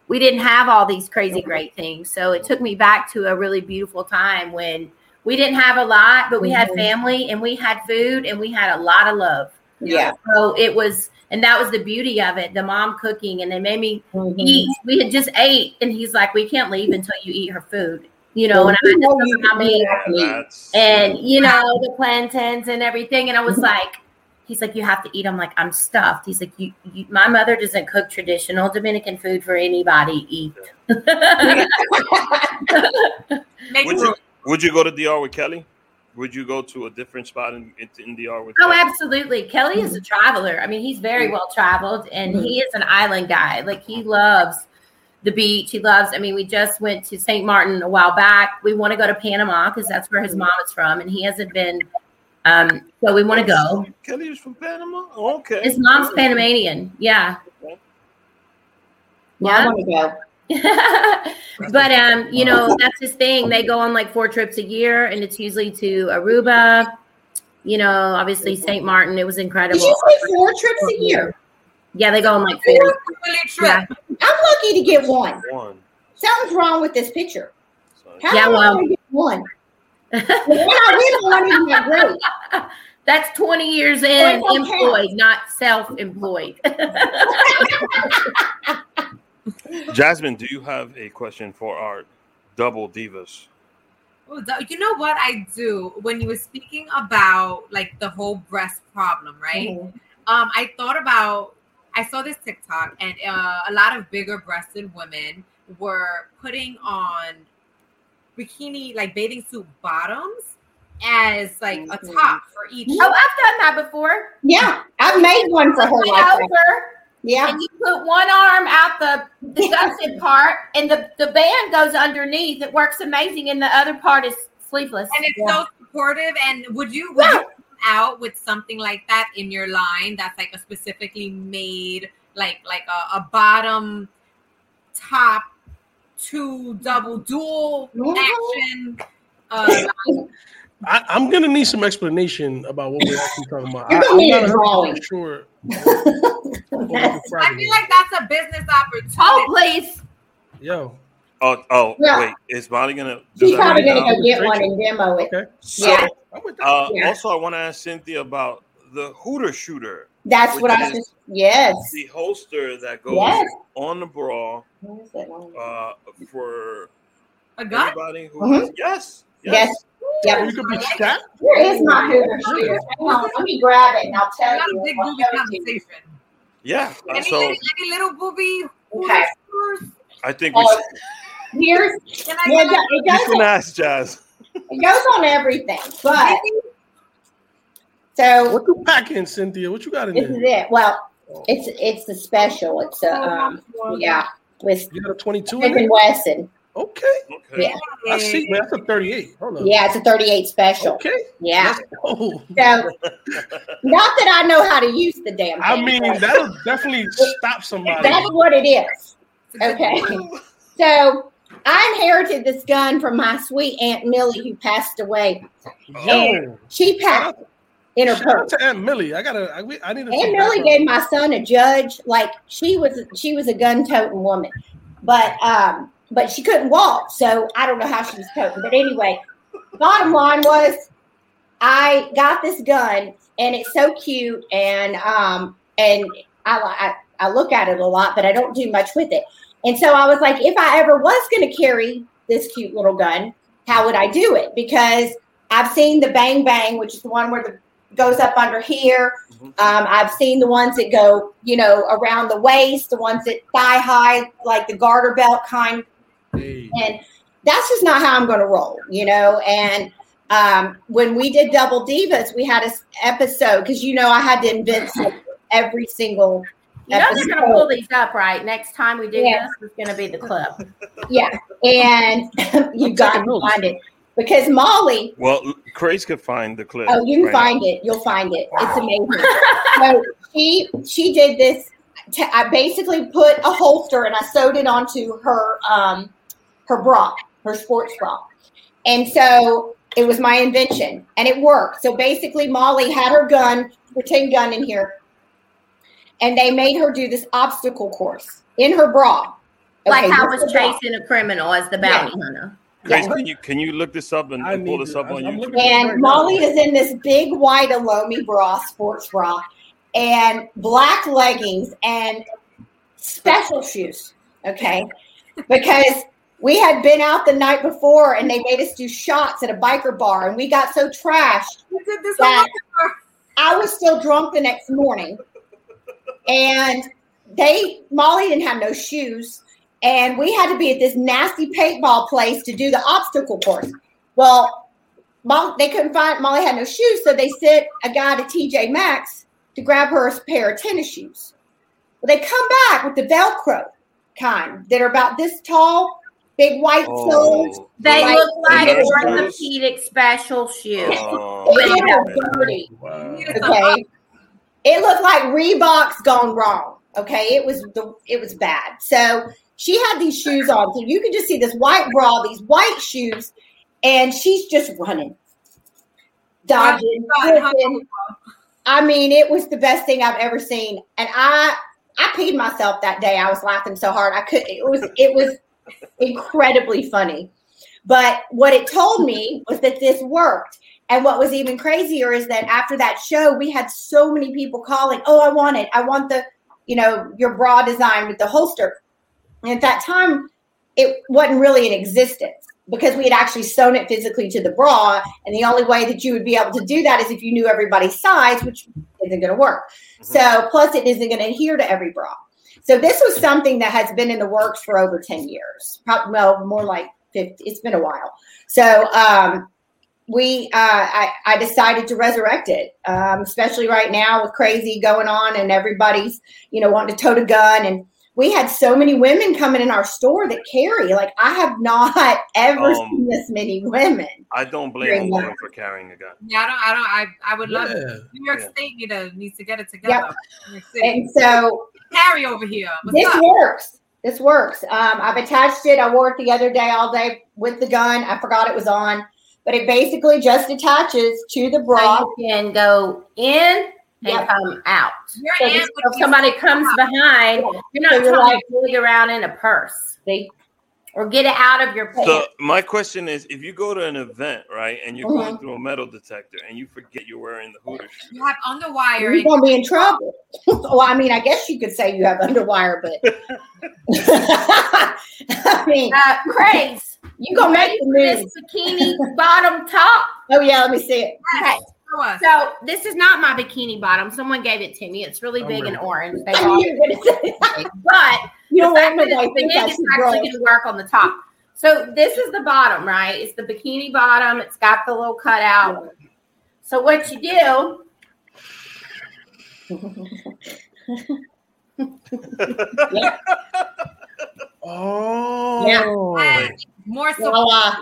We didn't have all these crazy
Mm-hmm.
great things, so it took me back to a really beautiful time when we didn't have a lot, but we had
Mhm.
family and we had food and we had a lot of love.
Yeah.
So it was, and that was the beauty of it. The mom cooking, and they made me
Mm-hmm.
eat. We had just ate, and he's like, "We can't leave until you eat her food." You know, and I
You
had
know
to
you
cook my
can
meat
do that to me.
that's
and you know the plantains and everything, and I was like, "He's like, you have to eat." I'm like, "I'm stuffed." He's like, "You, you my mother doesn't cook traditional Dominican food for anybody. Eat."
Make
would
room.
you would you go to DR with Kelly? Would you go to a different spot in in, in DR with?
[LAUGHS] Oh,
Kelly?
absolutely. Kelly is a traveler. I mean, he's very well traveled and he is an island guy. Like, he loves the beach. He loves, I mean, we just went to St. Martin a while back. We want to go to Panama because that's where his mom is from and he hasn't been. Um, so we want to go.
Kelly is from Panama. Okay,
His mom's Panamanian. Yeah.
Now I want to go.
[LAUGHS] but um, you know, that's his thing. They go on like four trips a year, and it's usually to Aruba. You know, obviously St. Martin. It was
Did
incredible.
you say four trips a year?
Yeah, they go on like
It
four.
was a really trip.
Yeah.
I'm lucky to get one.
one.
Something's wrong with this picture.
Sorry.
How
Yeah,
did I
well-
only get one? When I went on, it was not great.
That's 20 years in
That's okay.
employed, not [LAUGHS] self-employed.
Jasmine, do you have a question for our double divas?
Oh, that- You know what I do when you were speaking about like the whole breast problem, right? Um, I thought about I saw this TikTok and uh, a lot of bigger breasted women were putting on bikini like bathing suit bottoms as like a
Mhm.
top for each.
oh, I've done that before.
Yeah, I made one for her
Went
like that.
over,
Yeah,
and you put one arm out the disgusted [LAUGHS] part, and the the band goes underneath. It works amazing, and the other part is sleeveless.
And it's so supportive. And would you would you
Yeah.
come out with something like that in your line that's like a specifically made like like a, a bottom top two double dual
Mhm.
action uh,
I, I'm gonna need some explanation about what we're actually talking
[LAUGHS]
about.
You're
I,
gonna
am
need a
not
drawing. [LAUGHS]
100% sure. what the
I
problem
feel
is.
like that's a business opportunity.
oh, please.
Yo,
Oh, oh,
Yeah.
wait, is Bonnie gonna?
she's
does that
probably
mean,
gonna
um,
go get one and demo it.
okay.
So,
Yeah.
I'm with that.
uh,
Yeah.
also, I want to ask Cynthia about the Hooter shooter,
That's what I
Which is-
just. Yes.
the holster that goes
Yes.
on the bra
What is that one?
uh, for
A gun?
anybody who.
Mhm.
Yes,
Yes.
Or
Yep.
you could be strapped.
Where is my Hoover shooter? Hang on, let me grab it and I'll
We
tell
got a
you.
big
I'll
booby
show it to you.
conversation.
yeah. Uh,
Any,
so
little, any little booby?
Okay.
I think we
Uh,
should,
here's
Can I
well,
get a-
it
we
does
should ask Jazz.
it goes on everything, but so
What you pack in, Cynthia? What you got in
this is
there?
it. Well, it's it's a special. It's a um, yeah with
You got a 22 in
Smith and
there?
Wesson.
Okay.
Okay.
Yeah.
I see, man. That's a 38. Hold on.
Yeah, it's a 38 special.
Okay. [LAUGHS] Oh,
Yeah.
Let's go.
So not that I know how to use the damn.
I
thing,
mean,
but
that'll definitely stop somebody.
that's what it is. Okay.
Ooh,
[LAUGHS] So I inherited this gun from my sweet aunt Millie, who passed away.
Yo.
She packed in her
Shout out
purse.
to Aunt Millie. I gotta. I, we- I need to.
Aunt Millie gave my son a judge. Like she was, she was a gun toting woman, but um, but she couldn't walk, so I don't know how she was toting. But anyway, bottom line was, I got this gun, and it's so cute, and um, and I, li- I I look at it a lot, but I don't do much with it. And so I was like, if I ever was going to carry this cute little gun, how would I do it? Because I've seen the bang bang, which is the one where the goes up under here. Um, I've seen the ones that go, you know, around the waist, the ones that thigh high, like the garter belt kind.
Hey.
And that's just not how I'm going to roll, you know. And um, when we did Double Divas, we had an episode because you know I had to invent something every single
You know they're gonna
episode.
pull these up, right? Next time we do
Yeah.
this, it's gonna be the clip.
Yeah, and [LAUGHS] you got to
notes.
find it because Molly.
Well, Craze could find the clip.
Oh, you can
right now.
find it. You'll find it. It's amazing. so she she did this. T- I basically put a holster and I sewed it onto her um her bra, her sports bra, and so it was my invention and it worked. So basically, Molly had her gun, pretend gun in here, and they made her do this obstacle course in her bra.
Like
Okay,
how
here's
was
the bra.
chasing a criminal as the bounty hunter.
Craze,
Yeah.
can you can you look this up and,
I
and pull
need
this
to-
up
I'm-
on
I'm
YouTube?
looking-
and Molly is in this big white Alomi bra, sports bra, and black leggings and special shoes. Okay, because we had been out the night before and they made us do shots at a biker bar, and we got so trashed
You did this
that
alone?
I was still drunk the next morning. And they Molly didn't have no shoes, and we had to be at this nasty paintball place to do the obstacle course. Well, Mol- they couldn't find Molly had no shoes, so they sent a guy to TJ Maxx to grab her a pair of tennis shoes. Well, they come back with the Velcro kind that are about this tall, big white soles.
Oh,
They
Like-
look like
Nurse
orthopedic special shoes.
oh,
They
man.
were dirty.
Wow.
You did this
okay it looked like reeboks gone wrong okay it was the it was bad so she had these shoes on so you can just see this white bra these white shoes and she's just running dodging
Running, running,
flipping. i mean it was the best thing i've ever seen and i i peed myself that day i was laughing so hard i could it was it was incredibly funny but what it told me was that this worked. And what was even crazier is that after that show, we had so many people calling, Oh, I want it. I want the, you know, your bra design with the holster. And at that time, it wasn't really in existence because we had actually sewn it physically to the bra. And the only way that you would be able to do that is if you knew everybody's size, which isn't going to work. So, plus, it isn't going to adhere to every bra. So, this was something that has been in the works for over 10 years. Probably, well, more like 50, it's been a while. So, um, we, uh, I, I decided to resurrect it, um, especially right now with crazy going on and everybody's, you know, wanting to tote a gun. And we had so many women coming in our store that carry. Like, I have not [LAUGHS] ever
Um,
seen this many women.
I don't
Very
blame a
well.
woman for carrying a gun.
Yeah, I don't. I don't. I, I would love it.
Yeah.
New York
Yeah.
State need to needs to get it together. New York City.
And so
Harry over here. What's
this
up?
works. This works. Um, I've attached it. I wore it the other day all day with the gun. I forgot it was on, but it basically just attaches to the bra.
So you can go in and
Yep.
come out.
Your
so
aunt
this-
would
If
be-
somebody comes
Yeah.
behind, you're not
So you're
trying
like-
to dig around in a purse
They-
or get it out of your pants.
So my question is, if you go to an event, right, and you're going
Mhm.
through a metal detector and you forget you're wearing the Hooters,
You have on the wire.
You're
And
gonna be in trouble. [LAUGHS] well, I mean, I guess you could say you have underwire,
[LAUGHS]
but [LAUGHS] I mean,
uh, Craze,
you gonna make the news.
this bikini bottom top.
Oh yeah, let me see it.
Okay,
show us.
so this is not my bikini bottom. Someone gave it to me. It's really
I'm
big and
ready.
orange. They
I
all
knew you were gonna say it.
big, [LAUGHS] but
[LAUGHS] You don't
the fact
want me
that
to
it's
like,
big
think I
is
should
actually
grow.
going to work on the top. So this is the bottom, right? It's the bikini bottom. It's got the little cutout. So what you do?
Oh.
And more so.
Voila.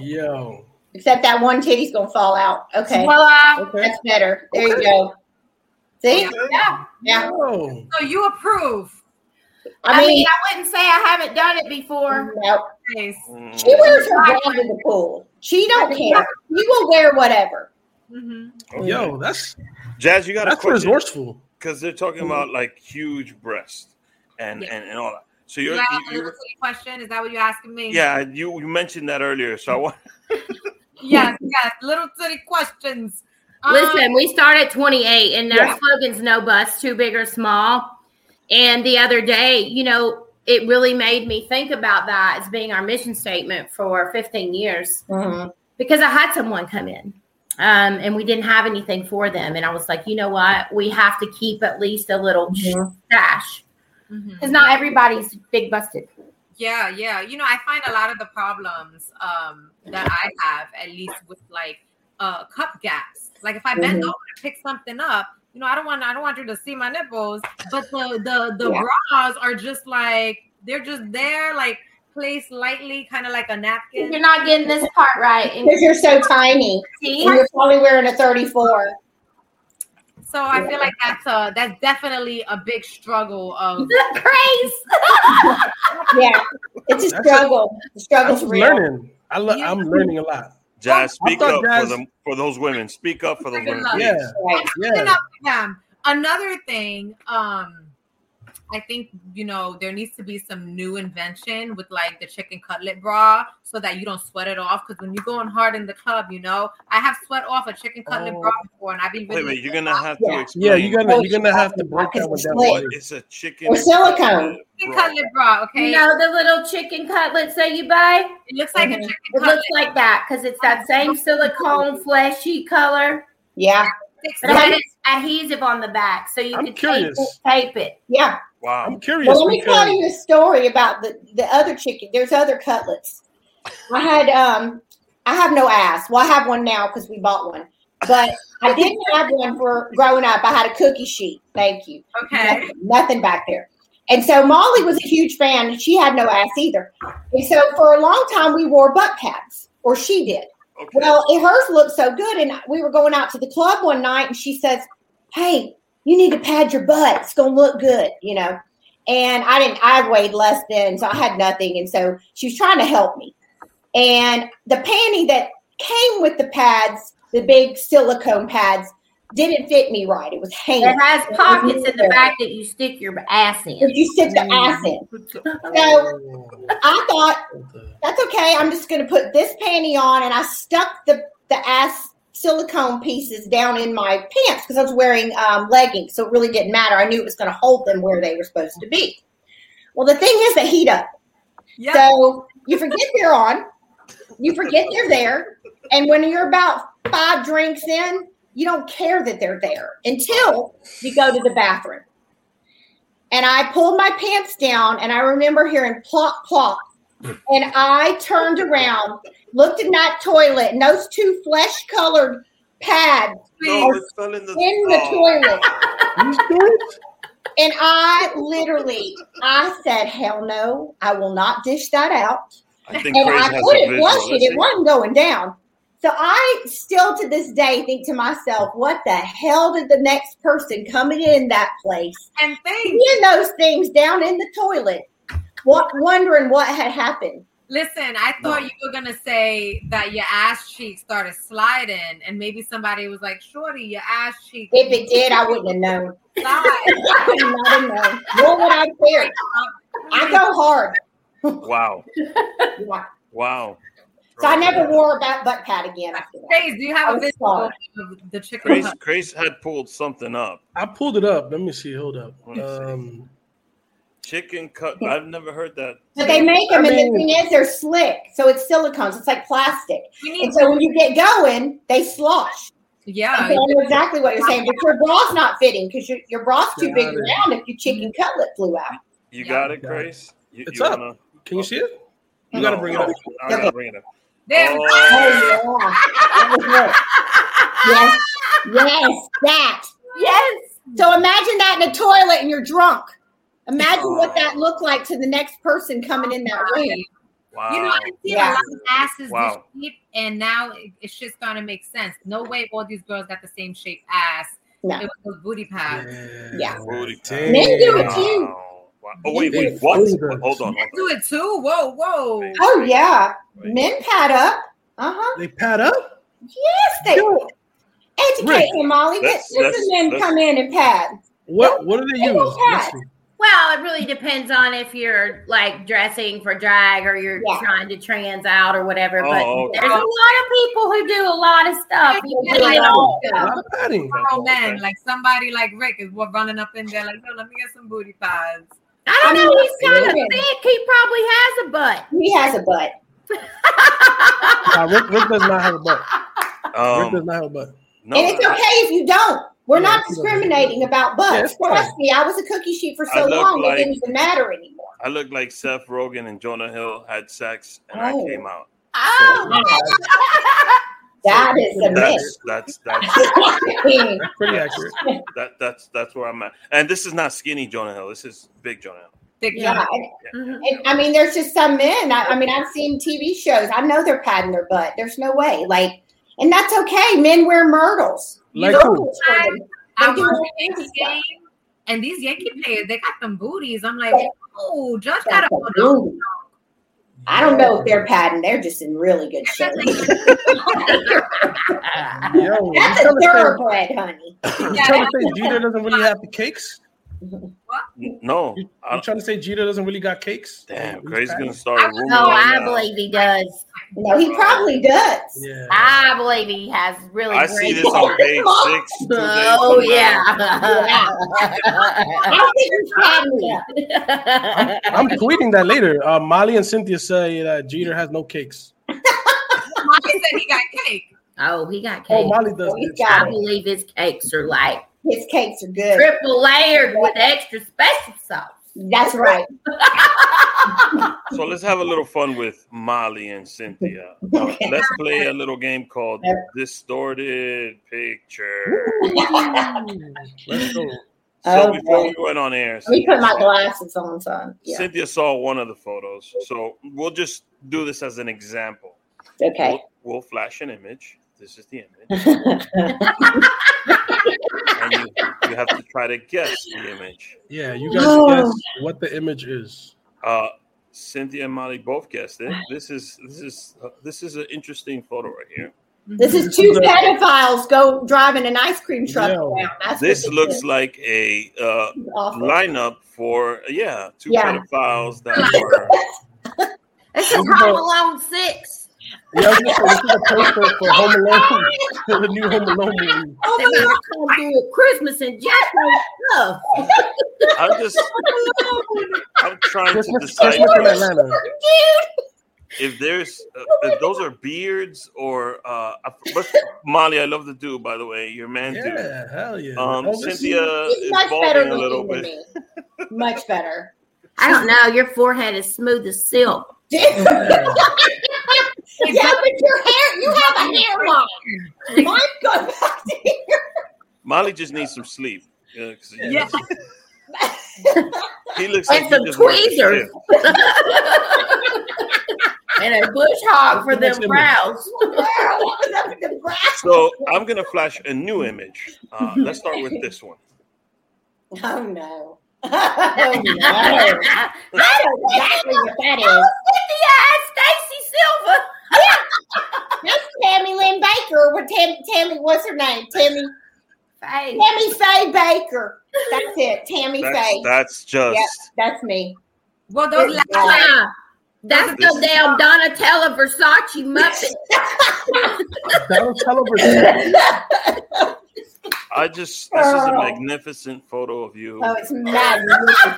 Yo.
Except that one titty's gonna fall out. Okay,
Voila.
Okay.
that's better. There you go. See?
Yeah.
Yeah.
Yo.
So you approve.
I mean, I,
mean,
wouldn't say I haven't done it before.
no.
Nice.
Mm.
She wears her bra to the pool. She don't care. She will wear whatever.
hmm
Okay.
Yo, that's
Jazz, you got a
that's
question
resourceful.
because they're talking about like huge breasts and
Yeah.
and, and all that. So you're,
Yeah.
you,
Another question. Is that what you're asking me?
yeah, [LAUGHS] you you mentioned that earlier. So I want
Yes. Yes. Little silly questions.
Listen, we start at 28, and their slogan's no bus, too big or small. And the other day, you know, it really made me think about that as being our mission statement for 15 years
Mhm.
because I had someone come in um, and we didn't have anything for them. And I was like, you know what? We have to keep at least a little
Mm-hmm.
stash because not everybody's big busted.
Um, mm-hmm. Yeah, yeah. You know, I find a lot of the problems um, that I have, at least with like uh, cup gaps. Like if I bend
Mm-hmm.
Mhm.
over to pick something up, you know, I don't want I don't want you to see my nipples, but the the the
Yeah.
bras are just like they're just there, like placed lightly, kind of like a napkin.
You're not getting this part right. And [LAUGHS]
Because you're so tiny,
see,
and you're probably wearing a 34.
So I feel like that's uh that's definitely a big struggle of
praise.
Yeah, it's a
That's a-
struggle. The
I'm
struggle's real.
learning. I le-
Yeah.
I'm learning a
[LAUGHS]
lot.
Jazz, speak
thought
up
Jazz-
for them for those women. Speak up for those
Freaking
women.
love.
please.
Yeah,
Right.
Listen
yeah.
up to them. Another thing, um, I think you know there needs to be some new invention with like the chicken cutlet bra, so that you don't sweat it off. Because when you're going hard in the club, you know I have sweat off a chicken cutlet
Oh.
bra before, and I've been really
Wait, wait, you're gonna have to
Yeah.
explain.
Yeah, you're gonna you're gonna have to break that one down. for me.
It's a chicken.
Or silicone.
chicken
Bro.
cutlet bra. Okay,
You know the little chicken cutlets that you buy?
it looks like
Mhm.
a chicken
It
cutlet.
looks like that because it's that same silicone fleshy color,
Yeah,
Six
but it
inches.
has adhesive on the back, so you
I'm
can tape it,
curious.
tape it.
yeah.
Wow.
I'm curious
Well, let me tell
because
you a story about the the other chicken. There's other cutlets. I had um, I have no ass. Well, I have one now because we bought one, but I didn't have one for growing up. I had a cookie sheet. Thank you.
Okay,
Nothing, nothing back there. And so Molly was a huge fan, and she had no ass either. And so for a long time, we wore butt pads, or she did.
Okay.
Well, it, hers looked so good, and we were going out to the club one night, and she says, "Hey, you need to pad your butt. It's gonna look good," you know. And I didn't. I weighed less then, so I had nothing, and so she was trying to help me. And the panty that came with the pads, the big silicone pads, didn't fit me right. It was hanging.
It has pockets in the back that you stick your ass in.
If you stick the ass in, No. I thought that's okay. I'm just gonna put this panty on, and I stuck the the ass silicone pieces down in my pants because I was wearing um, leggings, so it really didn't matter. I knew it was gonna hold them where they were supposed to be. Well, the thing is, they heat up,
yeah.
so you forget they're on, you forget they're there, and when you're about five drinks in, you don't care that they're there until you go to the bathroom. And I pulled my pants down, and I remember hearing plop plop and I turned around, looked in that toilet, and those two flesh colored pads
No, it's fell in the,
in the
oh,
toilet.
These dudes?
And I literally, I said, hell no, I will not dish that out.
I think
And
Craze
I
has a
couldn't
visual.
flush it.
Let's
It
see.
wasn't going down. So I still to this day think to myself, what the hell did the next person coming in that place,
and
[LAUGHS]
things.
seeing those things down in the toilet, what, wondering what had happened?
Listen, I thought you were gonna say that your ass cheek started sliding, and maybe somebody was like, "Shorty, your ass cheek."
If it did, I wouldn't have known.
slide."
[LAUGHS] I would not have known. Nor would I care. I go hard.
Wow.
Yeah.
Wow.
So I never wore a butt, butt pad again after that.
Craze, do you
I
have a
was
visual
sorry.
of the chicken?
Craze,
hut?
Craze had pulled something up.
[LAUGHS] I pulled it up. Let me see. Hold up.
Let me see.
Um,
Chicken cut. I've never heard that.
But they make them,
I
and the
mean-
thing is, they're slick. So it's silicones. It's like plastic.
We need,
And [LAUGHS] so when you get going, they slosh.
yeah,
so I know exactly what you're saying. But your bra's not fitting because your, your bra's too big
Got
and
it.
round if your chicken
Mm.
cutlet flew out.
You
Yeah.
got it, Grace. You,
It's
you
up.
Wanna,
can you see it? You
No,
gotta bring it up.
I gotta bring it up.
there we go.
Oh,
Oh, yeah. [LAUGHS] That was it. Yes. Yes. That.
Yes.
So imagine that in a toilet and you're drunk. Imagine what
Oh.
that looked like to the next person coming in that room.
wow.
You know, I've seen a
Yeah.
lot of asses
Wow.
this shape, and now it, it's just starting to make sense. No way all these girls got the same shaped ass.
No.
It was those booty pads.
Yeah.
Booty
Damn.
Men do it too.
Wow. Wow. Oh, wait,
They
wait. What?
fold us.
Hold on.
Do it too. Whoa, whoa.
Wait,
Oh yeah,
wait.
men pad up. Uh huh.
They pad up.
Yes, they
Yo,
educate
Rick,
him, Molly. Let
let's-
let
let's-
the men
let's-
come in and pad.
what what do they
They
use?
don't pad.
Let's see.
Well, it really depends on if you're like dressing for drag or you're
Yeah.
trying to trans out or whatever. but
Oh, okay.
there's a lot of people who do a lot of stuff. You
Yeah,
can,
like,
like,
oh,
A lot of padding.
Oh man, like somebody like Rick is wa- running up in there, like, yo, let me get some booty pads.
I don't know. He's kind of
Yeah.
thick. He probably has a butt.
He has a butt.
Nah, Rick, Rick does not have a butt. Rick does
Um,
not have a butt.
no,
and it's okay if you don't. We're
Yeah,
not
it's okay.
discriminating about
Yeah,
butts.
it's fine.
Trust me, I was a cookie sheet for
I
so
look
long
like-
it didn't even matter anymore.
I look like Seth Rogen and Jonah Hill had sex, and
Oh.
I came out.
Oh,
[LAUGHS] That is a myth.
That's that's that's
[LAUGHS]
Pretty accurate.
that, that's that's where I'm at. And this is not skinny Jonah Hill. This is big Jonah Hill.
Thick
yeah,
yeah.
and,
Mm-hmm.
mhm.
and, I mean, there's just some men. I, I mean, I've seen TV shows. I know they're padding their butt. There's no way, like, and that's okay. Men wear myrtles.
Like who?
Myrtles for them.
I
They
watched
do
the
all
Yankee
kinds of Mm-hmm.
game, and these Yankee players, they got them booties. I'm like,
Yeah.
oh, Judge got
That's
a
a boom. I don't know if they're padding. They're just in really
[LAUGHS]
good shape.
Oh
Yo, you
[LAUGHS] That's a
trying to
thoroughbred, honey.
say, you
Yeah,
trying to say Jeter doesn't really have the cakes?
N- No,
You
I,
trying to say Jeter doesn't really got cakes?
damn,
He's
Gray's
padding.
gonna start a rumor.
Oh,
right
I
now.
believe he does.
No, he probably does.
Yeah.
I believe he has really.
I
great
see this [LAUGHS] on page
[LAUGHS]
six. two days
Oh
from now. [LAUGHS]
yeah.
[LAUGHS] I think he's padding. it.
Yeah.
I'm tweeting that later. Uh, Molly and Cynthia say that Jeter has no cakes.
Molly said he got cake.
[LAUGHS] oh, he got
Oh,
cake.
Molly does.
He's
bitch.
got
I
it.
believe his cakes are like
His cakes are good.
triple layered with extra special sauce.
That's right. [LAUGHS]
So let's have a little fun with Molly and
[LAUGHS]
Cynthia. Uh, let's play a little game called Distorted Picture.
Let's go.
So
Oh,
before
boy.
we went on air,
Let me put my glasses on, son. Yeah.
Cynthia saw one of the photos. So we'll just do this as an example.
Okay.
We'll, we'll flash an image. This is the image. And you, you have to try to guess the image.
Yeah, you guys
Oh.
guess what the image is.
Uh, Cynthia and Molly both guessed it. This is this is uh, this is an interesting photo right here.
[LAUGHS] This is two pedophiles go driving an ice cream truck
Yeah.
around. That's
This
what
looks
is.
like a uh,
It's awful.
lineup for yeah two
Yeah.
pedophiles that were
This is Home Alone six.
Yeah, I was gonna say, this is a poster for Home Alone, the new Home Alone movie.
Oh
They might come do a Christmas and Jack stuff.
I'm just I'm trying to
Christmas,
decide
Christmas in Atlanta.
Uh, if there's uh, if those are beards or uh I f- but Molly I love the dude by the way your man dude
Yeah, hell yeah.
um
Oh, this is-
Cynthia
He's
is
much better
balding a little
looking than
bit
me.
[LAUGHS]
Much better. [LAUGHS]
I don't know. Your forehead is smooth as silk.
yeah,
Yeah.
but your hair, you have a hairline. Mine [LAUGHS] goes back to here.
Molly just needs some sleep yeah, 'cause he-
Yeah.
[LAUGHS] he looks
And
like
some
he just worked a
tweezers.
shift.
And a bush hog for them
Image.
brows.
Girl, I was up in the grass.
so I'm gonna flash a new image uh, let's start with this
[LAUGHS]
one
Oh no. [LAUGHS] Oh
[LAUGHS]
no. I know exactly what that is.
Stacy Silva.
That's Tammy Lynn Baker. Or Tam- Tammy, what's her name? Tammy
[LAUGHS] Hey,
Tammy Faye Baker. That's it. Tammy
that's
Faye.
that's just
Yep. That's me.
Well, those last like,
uh, that's the damn Donatella Versace Muppet.
Donatella Versace.
I just this is a
Girl.
magnificent photo of you
[LAUGHS] Oh, it's magnificent.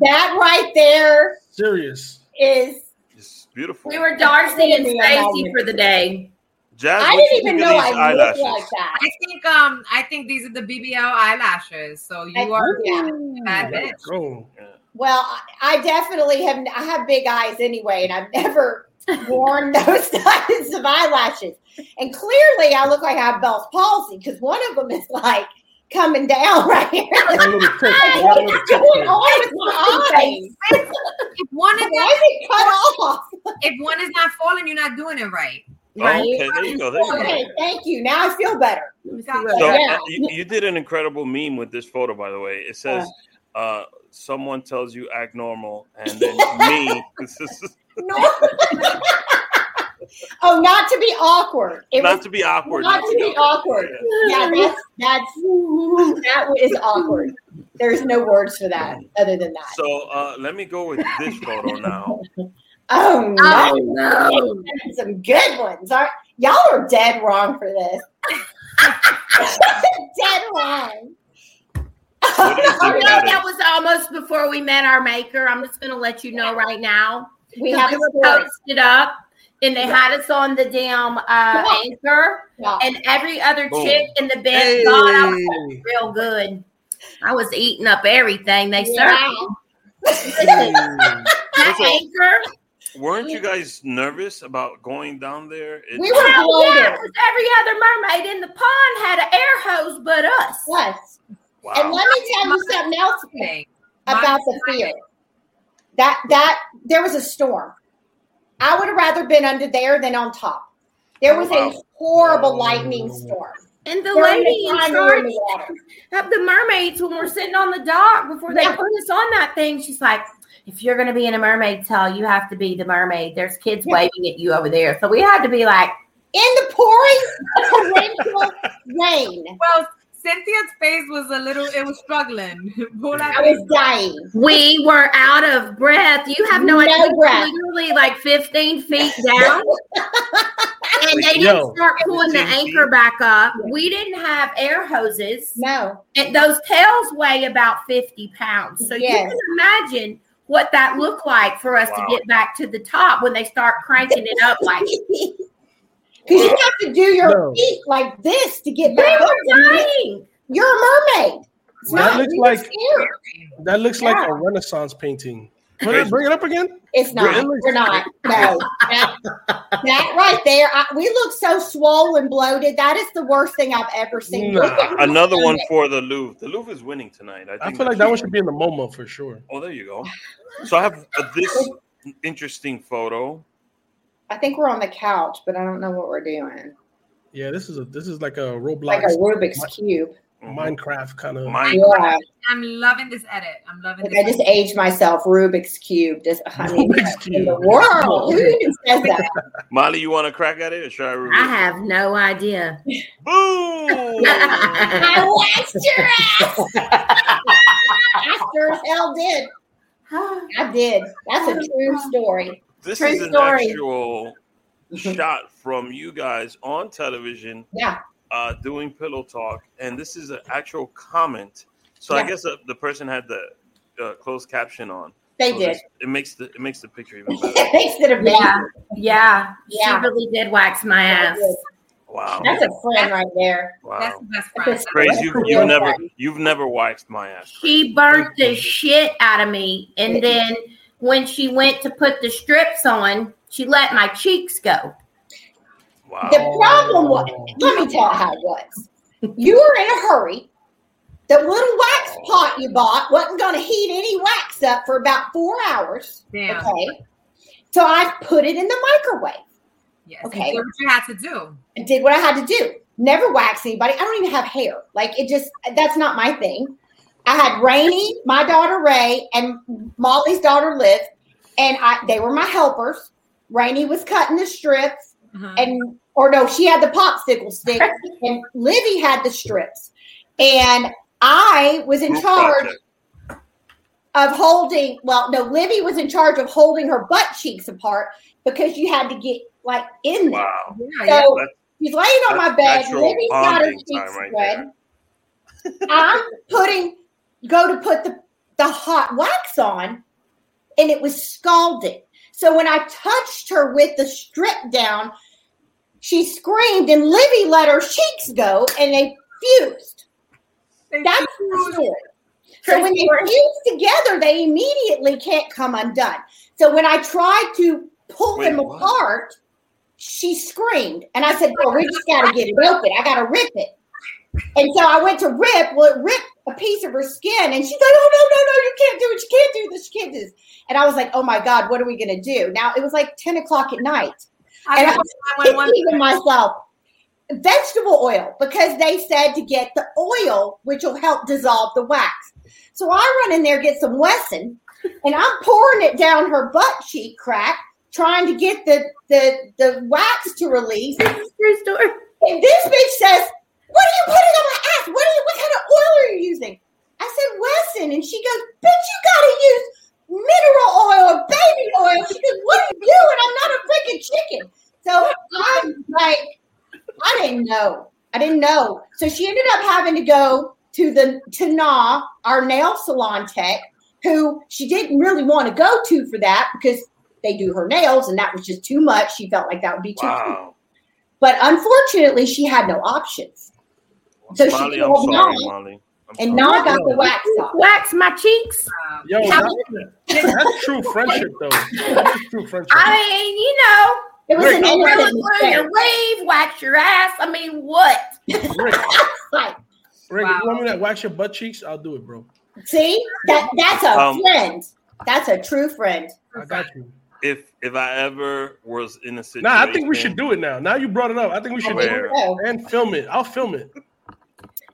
that right there
Serious.
is.
it's beautiful
We were Darcy and Stacy for the day.
Jazz, what
I
you
didn't even
think
know
of these
I looked
eyelashes?
like that.
I think um I think these are the BBL eyelashes. So you are
Yeah.
bad bitch.
Let's go.
Well, I- I definitely have. I have big eyes anyway, and I've never worn [LAUGHS] those kinds of eyelashes. And clearly, I look like I have Bell's palsy because one of them is like coming down [LAUGHS] right here.
Got a little tick. Got a
What's
little tick
going
there.
on with my eyes?
If one is
Why is it cut off?
if one is not falling, you're not doing it right.
Oh, okay, there you go. There you go.
Okay, thank you. Now I feel better.
So uh,
Yeah.
you, you did an incredible meme with this photo, by the way. It says, uh, "Someone tells you act normal, and then me." [LAUGHS] This is-
No. oh, not to be awkward. It
not
was
to be awkward.
not to be awkward.
Yeah.
yeah, that's that's that is awkward. There's no words for that other than that.
So uh, let me go with this photo
[LAUGHS]
now.
oh,
Oh,
no.
no.
Some good ones. Aren't, y'all are dead wrong for this. [LAUGHS] dead wrong.
What do you think
You know,
that
that
is?
was almost before we met our maker. I'm just going to let you know right now.
we have a
were
story.
posted up and they had us on the damn
Come
uh,
on.
anchor.
Yeah.
And every other
Boom.
chick in the bed
Hey.
thought I was real good. I was eating up everything they served. me.
[LAUGHS]
That
Listen.
anchor.
Weren't you guys nervous about going down there? It-
We were-
Hell
bloated.
yeah, 'cause every other mermaid in the pond had an air hose but us.
Yes. And
wow.
let me tell you something else
Thing.
about the fear. That that there was a storm. I would have rather been under there than on top. There was a
Wow.
horrible lightning storm.
And the
There was
lady in
a fire in
charge
the water.
of the mermaids when we're sitting on the dock before they
Yeah.
put us on that thing. She's like, if you're going to be in a mermaid tell, you have to be the mermaid. There's kids
Yeah.
waving at you over there. So we had to be like,
in the pouring [LAUGHS] torrential rain.
Well, Cynthia's face was a little. It was struggling. [LAUGHS] But
I was dying.
we were out of breath. You have no,
No
idea. We were
breath.
Literally like 15 feet [LAUGHS] down. and they didn't
Yo.
start pulling the
15
anchor
feet.
back up. We didn't have air hoses.
No, [LAUGHS]
And those tails weigh about 50 pounds. So
Yes.
you can imagine what that looked like for us
Wow.
to get back to the top when they start cranking it up like
because you have to do your
No.
feet like this to get
[LAUGHS] we
back up.
[LAUGHS] were dying.
You're a mermaid. It's
That
not.
looks
you're
like-
scared.
That looks like
Yeah.
a Renaissance painting. Bring
Crazy.
it, bring it up again.
It's not.
Really?
We're not. No. That, that right there. I, we look so swollen, bloated. That is the worst thing I've ever seen.
Nah.
Look at my
Another one
stomach.
for the Louvre. The Louvre is winning tonight. I, think
I feel like that one should be in the MoMA for sure.
Oh, there you go. So I have uh, this interesting photo.
I think we're on the couch, but I don't know what we're doing.
Yeah, this is a this is like a
Like a
Roblox
Rubik's
My-
cube.
Minecraft kind of.
Mine.
Yeah.
I'm loving this edit. I'm loving
Like I
this.
just aged myself. Rubik's cube. Just I mean,
Rubik's
in the
Cube.
world, who even says that?
Molly, you want to crack at it or should I read
I have no idea.
[LAUGHS]
Boom!
I waxed your ass. [LAUGHS] I sure as hell did. I did. That's a true story.
this
True
is an
story.
actual shot from you guys on television
Yeah.
uh, doing pillow talk, and this is an actual comment. So I
Yeah.
guess uh, the person had the uh, closed caption on.
They
So
did.
this- It makes the it makes the picture even
[LAUGHS]
better.
Thanks to the
Yeah. [LAUGHS] Yeah.
Yeah.
She really did wax my ass.
Wow!
That's a friend right there.
That's
Wow!
the best
That's [LAUGHS]
friend.
Crazy! You,
That's
you've
real
never
fun.
you've never waxed my ass.
She burnt the shit out of me. And then when she went to put the strips on, she let my cheeks go.
Wow!
The problem
Oh.
was, let me tell you how it was. You were in a hurry. The little wax pot you bought wasn't going to heat any wax up for about four hours.
Damn.
Okay. So I put it in the microwave.
Yes.
Okay.
Okay. What you had to do.
and did what I had to do. Never wax anybody. I don't even have hair. Like it just that's not my thing. I had Rainy, my daughter Ray, and Molly's daughter Liv, and I they were my helpers. Rainy was cutting the strips
Uh-huh.
and or no, she had the popsicle stick and Livy had the strips. And I was in
Group
charge
project.
of holding well, no, Livy was in charge of holding her butt cheeks apart because you had to get like in there.
Wow!
yeah, yeah.
So
That's-
she's laying on my
that's
bed.
actual
Libby's got her
bonding
cheeks
time right
red. [LAUGHS] I'm putting, go to put the, the hot wax on, and it was scalding. So when I touched her with the strip down, she screamed, and Libby let her cheeks go, and they fused.
They
That's the story. So when they fuse together, they immediately can't come undone. So when I tried to pull
Wait,
them
what?
apart, she screamed. And I said, Well, we just got to get it open. I got to rip it. And so I went to rip. Well, it ripped a piece of her skin. And she's like, Oh, no, no, no, you can't do it. You can't do this. You can't do this. And I was like, Oh my God, what are we going to do? Now it was like 10 o'clock at night
I
and
know
picking
911
myself vegetable oil because they said to get the oil which will help dissolve the wax. So I run in there, get some Wesson, and I'm pouring it down her butt cheek crack, trying to get the the the wax to release.
This is a true story.
And this bitch says, What are you putting on my ass? What are you what kind of oil are you using? I said, I didn't know. So she ended up having to go to the to Na, our nail salon tech, who she didn't really want to go to for that because they do her nails and that was just too much. She felt like that would be too much.
Wow.
But unfortunately, she had no options. So she
Molly, I'm
called
sorry,
Nod,
Molly. I'm
and
sorry.
Na got the wax off.
Wax my cheeks.
Um,
Yo, that-
[LAUGHS]
that's true friendship, though. That's true friendship.
I mean, you know,
It was
Rick,
oh,
an
I'll
Wax
innovative
through your
thing.
weave, wax your ass. I mean, what?
Rick,
Like,
Rick,
Wow.
you want me to wax your butt cheeks? I'll do it, bro.
see, that that's a
Um,
friend. That's a true friend.
I got you.
If if I ever was in a situation,
Nah, I think we should do it now. Now you brought it up. I think we should do
Where?
it
So
and film it. I'll film it.
Oh,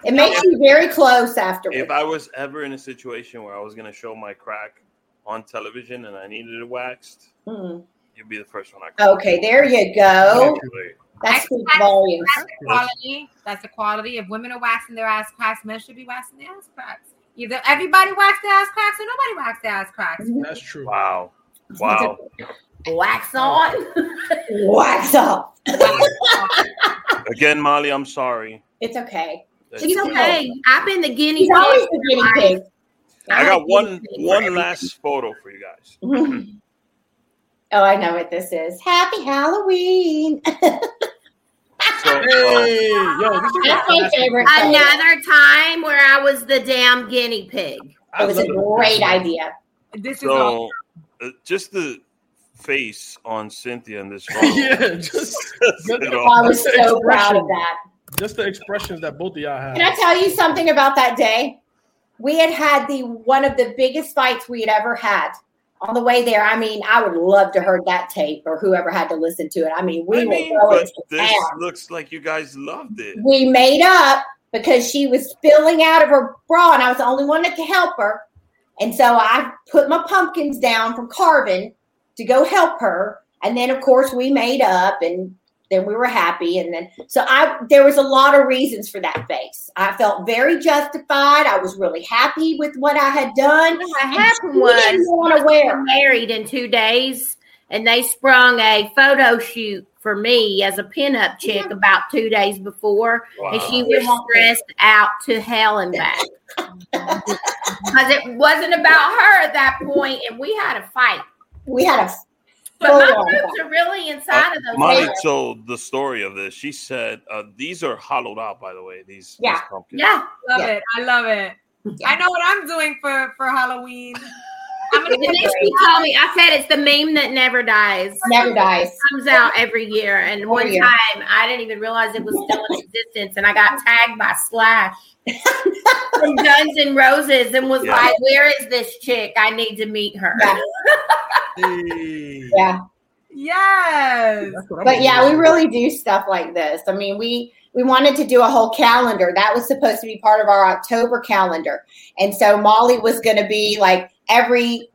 it makes you very close afterwards.
If I was ever in a situation where I was gonna show my crack on television and I needed it waxed,
Mm.
you'd be the first one I call.
Okay, there you go. That's
Actually,
speaks volumes.
That's the quality. That's the quality. If women are waxing their ass cracks, men should be waxing their ass cracks. Either everybody wax their ass cracks or nobody wax their ass cracks.
That's true.
Wow. Wow.
Wax
Oh,
on.
Wax up.
Again, Molly, I'm sorry.
It's okay.
That's-
It's okay. I've been the guinea
He's always
pig.
the guinea pig.
I
I'm a
got one
guinea pig for
one
everything.
last photo for you guys.
Mhm. oh, I know what this is. Happy Halloween.
So, um,
Hey, yo, this is
That's my favorite. photo.
Another time where I was the damn guinea pig.
I
It was a
love
great idea.
This is all
so uh, just the face on Cynthia
[LAUGHS]
in this photo. [LAUGHS]
[LAUGHS] yeah, just
Says it all.
Oh, I was
That's
so
the
proud of
expression.
that.
just the expressions that both of y'all have.
Can I tell you something about that day? We had had the one of the biggest fights we had ever had on the way there. I mean, I would love to heard that tape or whoever had to listen to it. I mean, we
I
were
mean,
going
but
to
this
town.
looks like you guys loved it.
We made up because she was spilling out of her bra, and I was the only one that could help her. And so I put my pumpkins down from carving to go help her. And then, of course, we made up, and then we were happy. And then, so I there was a lot of reasons for that face. I felt very justified. I was really happy with what I had done.
What happened
We didn't
was
want to
we were
wear.
married in two days, and they sprung a photo shoot for me as a pinup chick about two days before, and she
Wow.
was stressed out to hell and
[LAUGHS]
back because it wasn't about her at that point, and we had a fight.
We had a
But my
Oh, yeah.
groups are really inside of those.
Molly
pictures.
told the story of this. She said, uh, "These are hollowed out, by the way. These,
Yeah.
these pumpkins.
Yeah,
love
Yeah.
it. I love it.
Yeah.
I know what I'm doing for for Halloween.
[LAUGHS]
I'm gonna
and then
get
she told me. I said it's the meme that never dies.
never dies.
comes out every year. And one
year.
time, I didn't even realize it was still in existence, and I got tagged by Slash [LAUGHS] from Guns N' Roses, and was
Yeah.
like, "Where is this chick? I need to meet her."
Yeah.
Hey.
Yeah.
[LAUGHS]
yes.
That's what I'm
but yeah,
gonna
we
do.
really do stuff like this. I mean, we we wanted to do a whole calendar. That was supposed to be part of our October calendar, and so Molly was going to be like every.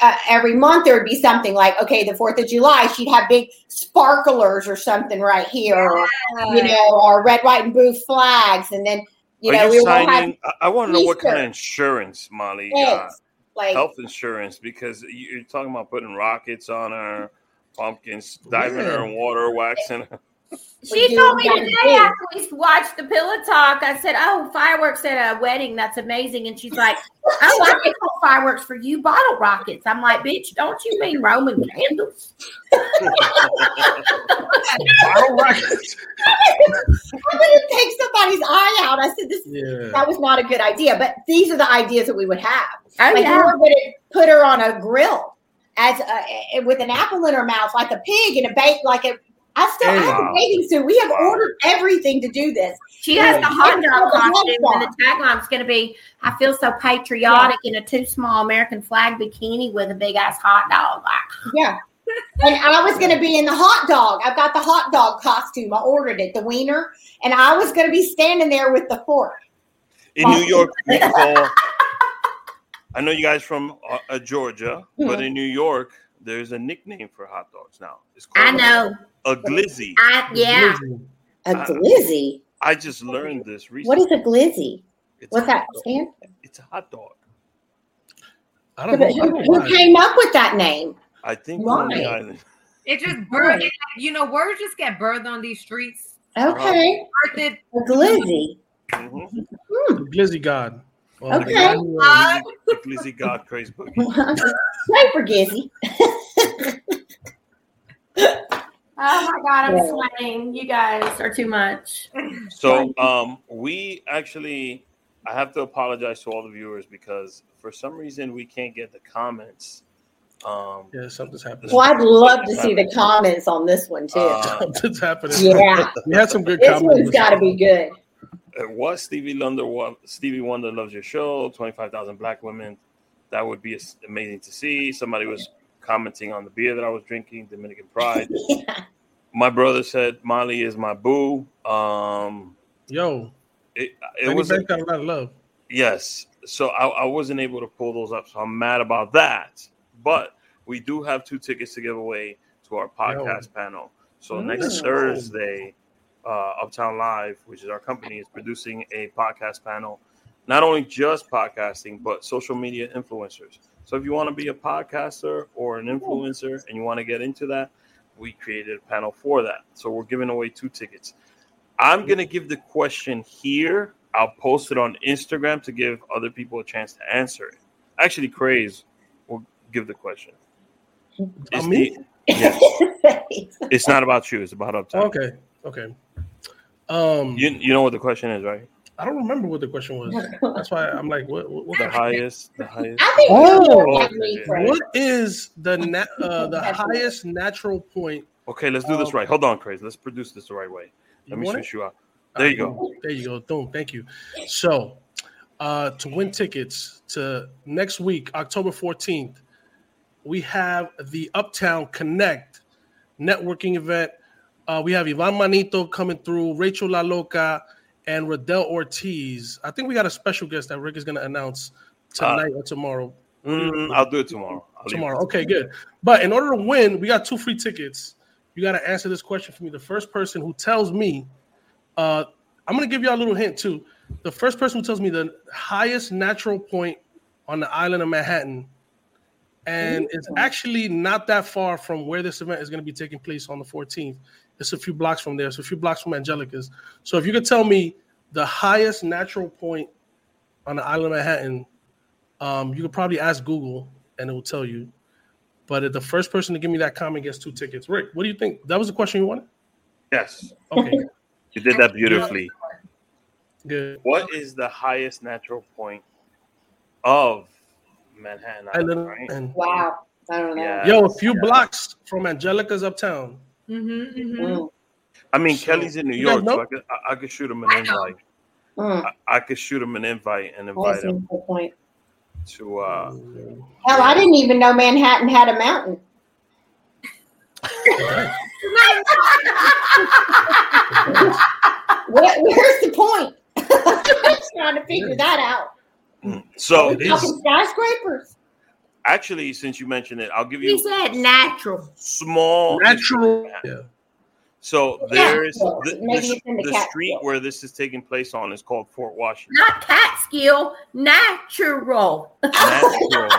Uh, every month there would be something like okay the fourth of july she'd have big sparklers or something right here or you
Uh,
know or red white and blue flags and then you
are
know
you
we all have
signing? I, I want to know what kind of
Easter.
insurance, Molly. Uh,
kids like
health insurance, because you- you're talking about putting rockets on her, pumpkins, diving her in water, waxing.
[LAUGHS]
her.
We
She
do
told me
what we do.
today after we watched the Pillow Talk. I said, "Oh, fireworks at a wedding? That's amazing." And she's like, "Oh, I can call fireworks for you bottle rockets." I'm like, "Bitch, don't you mean Roman candles?"
Bottle
[LAUGHS]
rockets.
i'm gonna take somebody's eye out i said this
Yeah.
that was not a good idea but these are the ideas that we would have
Oh
like
yeah,
we were going to put her on a grill as a, with an apple in her mouth, like a pig in a bake, like a. I still I have
Wow.
a bathing suit. We have
Wow.
ordered everything to do this.
She has the hot dog
Yeah.
costume, and the tagline's going to be I feel so patriotic in a too small American flag bikini with a big ass hot dog. Like,
Yeah. And I was going to be in the hot dog. I've got the hot dog costume. I ordered it, the wiener, and I was going to be standing there with the fork.
In New York, we call. I know you guys from uh, uh, Georgia, but
Hmm.
in New York, there's a nickname for hot dogs now. It's called
I know.
a glizzy.
I Yeah.
A
Uh,
glizzy.
I just learned this
What
recently.
is a glizzy?
It's
What's
a
that
hot dog.
stand?
It's a hot dog.
I
Who,
don't know. I don't know
who
why.
came up with that name?
I think we're on the
Why?
island.
It just birthed. You know, words just get birthed on these streets.
Okay.
I did
A glizzy. [LAUGHS]
Mm-hmm.
The Glizzy God. Well,
Okay.
the God-
uh,
Glizzy God, crazy
[LAUGHS]
boogie.
Play for Gizzy.
Oh my god, I'm sweating. You guys are too much.
So um, we actually, I have to apologize to all the viewers because for some reason we can't get the comments. Um,
Yeah, something's happening.
Well, I'd love to see the comments on this one too.
uh,
[LAUGHS] Something's happening.
yeah,
We had some good
this one's
comments.
got to be good.
it was Stevie Wonder. wa- Stevie Wonder loves your show. Twenty five thousand black women. That would be as- amazing to see. Somebody was commenting on the beer that I was drinking, Dominican Pride.
[LAUGHS] Yeah.
My brother said Molly is my boo. Um,
Yo,
it, it
it
was
Benny Banks got a lot of love.
Yes. So I, I wasn't able to pull those up. So I'm mad about that. But we do have two tickets to give away to our podcast panel. So next
Ooh.
Thursday, uh, Uptown Live, which is our company, is producing a podcast panel, not only just podcasting, but social media influencers. So if you want to be a podcaster or an influencer and you want to get into that, we created a panel for that. So we're giving away two tickets. I'm going to give the question here. I'll post it on Instagram to give other people a chance to answer it. Actually, Craze will give the question. Is
On Oh, me?
the-
[LAUGHS]
yes. it's not about you. It's about Uptown.
Oh, Okay, okay. Um,
You, you know what the question is, right?
I don't remember what the question was. That's why I'm like, what? What, what,
The highest, the highest.
I think
Oh.
you're more like me, Craig.
what is the na-
[LAUGHS]
uh, the highest natural point?
Okay, let's do this right. Hold on, Craze. Let's produce this the right way.
You
Let me
want it?
switch you out. There you go.
There you go. Boom. Thank you. So, uh, to win tickets to next week, October 14th, we have the Uptown Connect networking event. Uh, we have Ivan Manito coming through, Rachel La Loca, and Riddell Ortiz. I think we got a special guest that Rick is going to announce
Uh,
tonight or tomorrow.
Mm, I'll do it tomorrow. I'll leave it.
tomorrow. Okay, good. But in order to win, we got two free tickets. You got to answer this question for me. The first person who tells me, uh, I'm going to give y'all a little hint too. The first person who tells me the highest natural point on the island of Manhattan, and it's actually not that far from where this event is going to be taking place on the 14th. It's a few blocks from there. It's a few blocks from Angelica's. So if you could tell me the highest natural point on the island of Manhattan, um, you could probably ask Google and it will tell you. But if the first person to give me that comment gets two tickets. Rick, what do you think? That was the question you wanted?
Yes,
Okay,
you did that beautifully.
good.
What is the highest natural point of Manhattan
And
Island?
then-
Right?
and-
Wow, I don't know.
Yeah.
yo, a few blocks from Angelica's uptown.
mhm,
Mm-hmm.
mhm.
Mm,
I mean,
So-
Kelly's in New
You guys
York, so
know?
I could, I, I could shoot him
I
an
know.
invite.
mm.
I, I could shoot him an invite and Mm-hmm. invite
That's a
him
good point.
to. uh
Hell, I didn't even know Manhattan had
[LAUGHS]
a mountain. [LAUGHS] Where, where's the point? [LAUGHS] I'm trying to figure that out.
So
It is.
Fucking skyscrapers.
actually, since you mentioned it, I'll give
He
you
said natural.
small
Natural. Yeah.
So
Yeah.
there's the,
Maybe
the-
it's in the
the
Catskills.
street where this is taking place on is called Fort Washington.
[LAUGHS]
Not Catskill, natural.
Natural.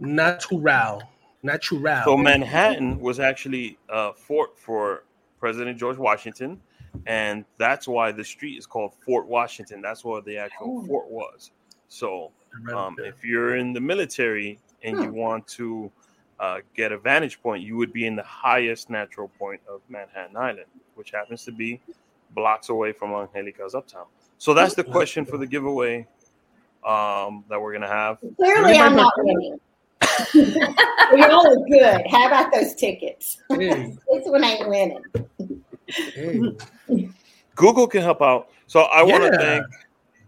Natural. Natural.
So Manhattan was actually a fort for President George Washington, and that's why the street is called Fort Washington. That's where the actual
Oh.
fort was. So
Right
um,
there.
if you're in the military and you want to uh, get a vantage point, you would be in the highest natural point of Manhattan Island, which happens to be blocks away from Angelica's Uptown. So that's the question for the giveaway um, that we're gonna have.
Clearly, I'm not
[LAUGHS]
winning. [LAUGHS] we all are good. How about those tickets?
Hey,
This one ain't winning.
hey.
Google can help out. So I want to
Yeah.
thank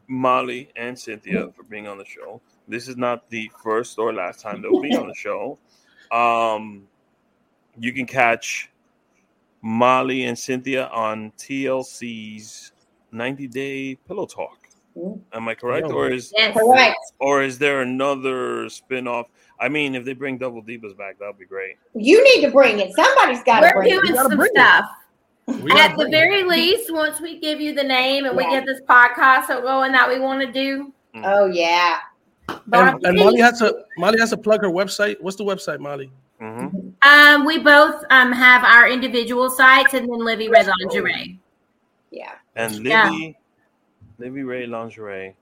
Molly and Cynthia for being on the show. This is not the first or last time they'll be on the show. Um, you can catch Molly and Cynthia on TLC's 90 Day Pillow Talk. Am I correct, or is
Yes.
Correct.
or is there another spin off? I mean, if they bring Double Divas back, that would be great.
You need to bring it. Somebody's got to
We're
bring
doing
it.
gotta
some
bring it.
stuff.
We
At
gotta
the
bring it.
very least, once we give you the name and we
Yeah.
get this podcast so going that we want to do,
Oh yeah.
Bon
and, and Molly has to Molly has to plug her website. What's the website, Molly?
Mm-hmm.
Um, we both um, have our individual sites, and then Livy Red Lingerie.
Yeah.
And Libby,
Yeah.
Libby Ray Lingerie.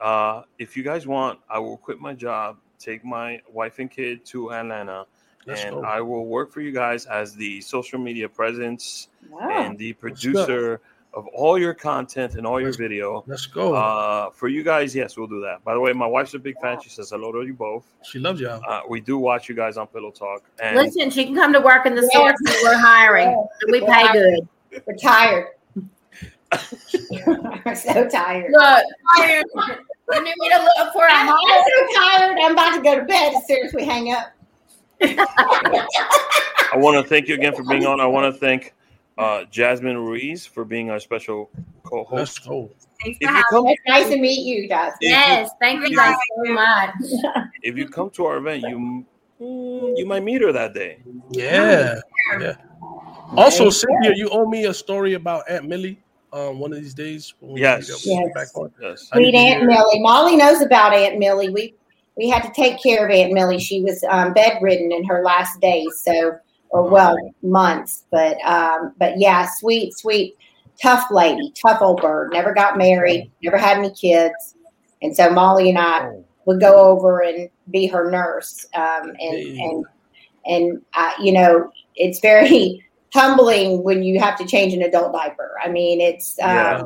Uh, if you guys want, I will quit my job, take my wife and kid to Atlanta,
Let's
and
go.
I will work for you guys as the social media presence
Wow.
and the
go.
producer of all your content and all your
Let's-
video.
Let's go.
Uh, for you guys, yes, we'll do that. By the way, my wife's a big fan. She says hello to you both.
she loves y'all.
Uh, we do watch you guys on Pillow Talk, and
Listen, she can come to work in the store.
Yes.
because We're hiring. and We pay good.
We're
[LAUGHS]
tired. [LAUGHS] I'm so tired.
Look, you need me to look for a
I'm,
home.
I'm so tired. I'm about to go to bed as soon as we hang up.
I want to thank you again for being on. I want to thank uh, Jasmine Ruiz for being our special
Let's
co-host.
go.
Thanks for
If you
having
come,
It's nice to meet you, Dustin.
Yes, thank you guys so much.
if you come to our event, you
Mm.
you might meet her that day.
Yeah. yeah. Also, Cynthia, you owe me a story about Aunt Millie. Um, one of these days. when we
Yes.
get- when we get
Yes.
back on.
Yes.
I need
Sweet
to
Aunt
hear-
Millie. Molly knows about Aunt Millie. We we had to take care of Aunt Millie. She was um, bedridden in her last days, so
Oh.
or well months. But um, but yeah, sweet, sweet, tough lady, tough old bird. Never got married, never had any kids, and so Molly and I
Oh.
would go over and be her nurse. Um, and
Hey.
and and uh, you know, it's very [LAUGHS] humbling when you have to change an adult diaper. I mean, it's. Um,
Yeah.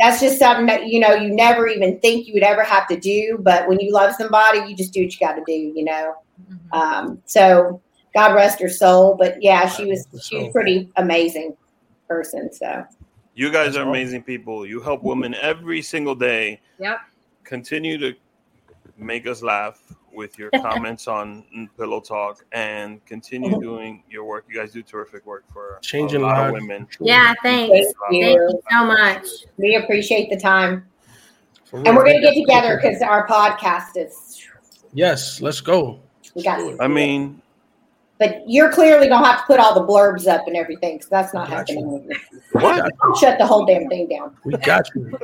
that's just something that you know you never even think you would ever have to do but when you love somebody you just do what you got to do you know um, so god rest her soul but yeah she was she was a pretty amazing person so
You guys
That's
are
all.
amazing people. You help women every single day.
Yep.
Continue to make us laugh with
[LAUGHS]
your comments on Pillow Talk and
Mm-hmm.
continue doing your work. You guys do terrific work for
Changing
a lot
lives.
of women.
Yeah,
thank
thanks. Thank
you
you so much.
we appreciate the time
For
and
real.
we're gonna get together because our podcast is
Yes, let's go.
we got
I mean,
but you're clearly gonna have to put all the blurbs up and everything because that's not
Gotcha.
happening
what?
I'll shut the whole damn thing down
We got you.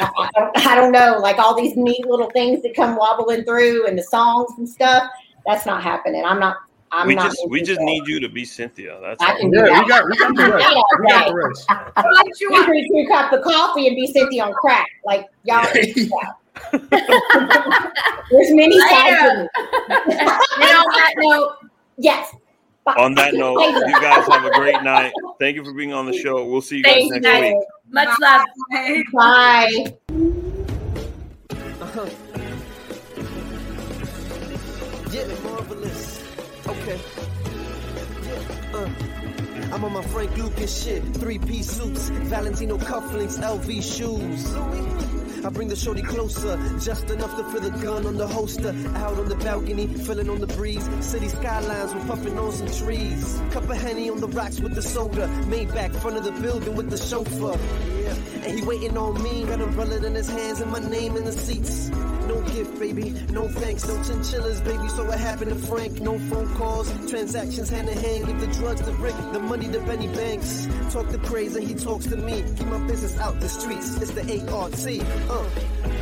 I, I don't, I don't know, like all these neat little things that come wobbling through and the songs and stuff. That's not happening. I'm not. I'm
we
not.
just we
into
just
that.
need you to be Cynthia. That's
I
all.
can do
Yeah,
that.
we got, we got the rest. We got the rest.
us.
You drink two cups of coffee and be Cynthia on crack. Like
[LAUGHS]
y'all. can do that. There's many sides of me.
And on that note,
Yes. Bye.
On
[LAUGHS]
that note,
Later.
you guys have a great night. Thank you for being
[LAUGHS]
on the show. We'll see you guys
Thank you,
next
guys.
week.
much love.
Bye.
Bye.
Uh-huh. Yeah, marvelous. Okay. Yeah, uh. I'm on my Frank Lucas shit. Three piece suits, Valentino cufflinks, LV shoes. I bring the shorty closer, just enough to feel the gun on the holster. Out on the balcony, feeling on the breeze. City skylines, we're puffing on some trees. Cup of honey on the rocks with the soda. Maybach, front of the building with the chauffeur. Yeah. And he waiting on me, got umbrella in his hands and my name in the seats. No gift, baby. No thanks. No chinchillas, baby. So what happened to Frank? No phone calls. Transactions hand in hand. Give the drugs to Rick. The money to Benny Banks. Talk to Crazy. He talks to me. Keep my business out the streets. It's the ART. Uh.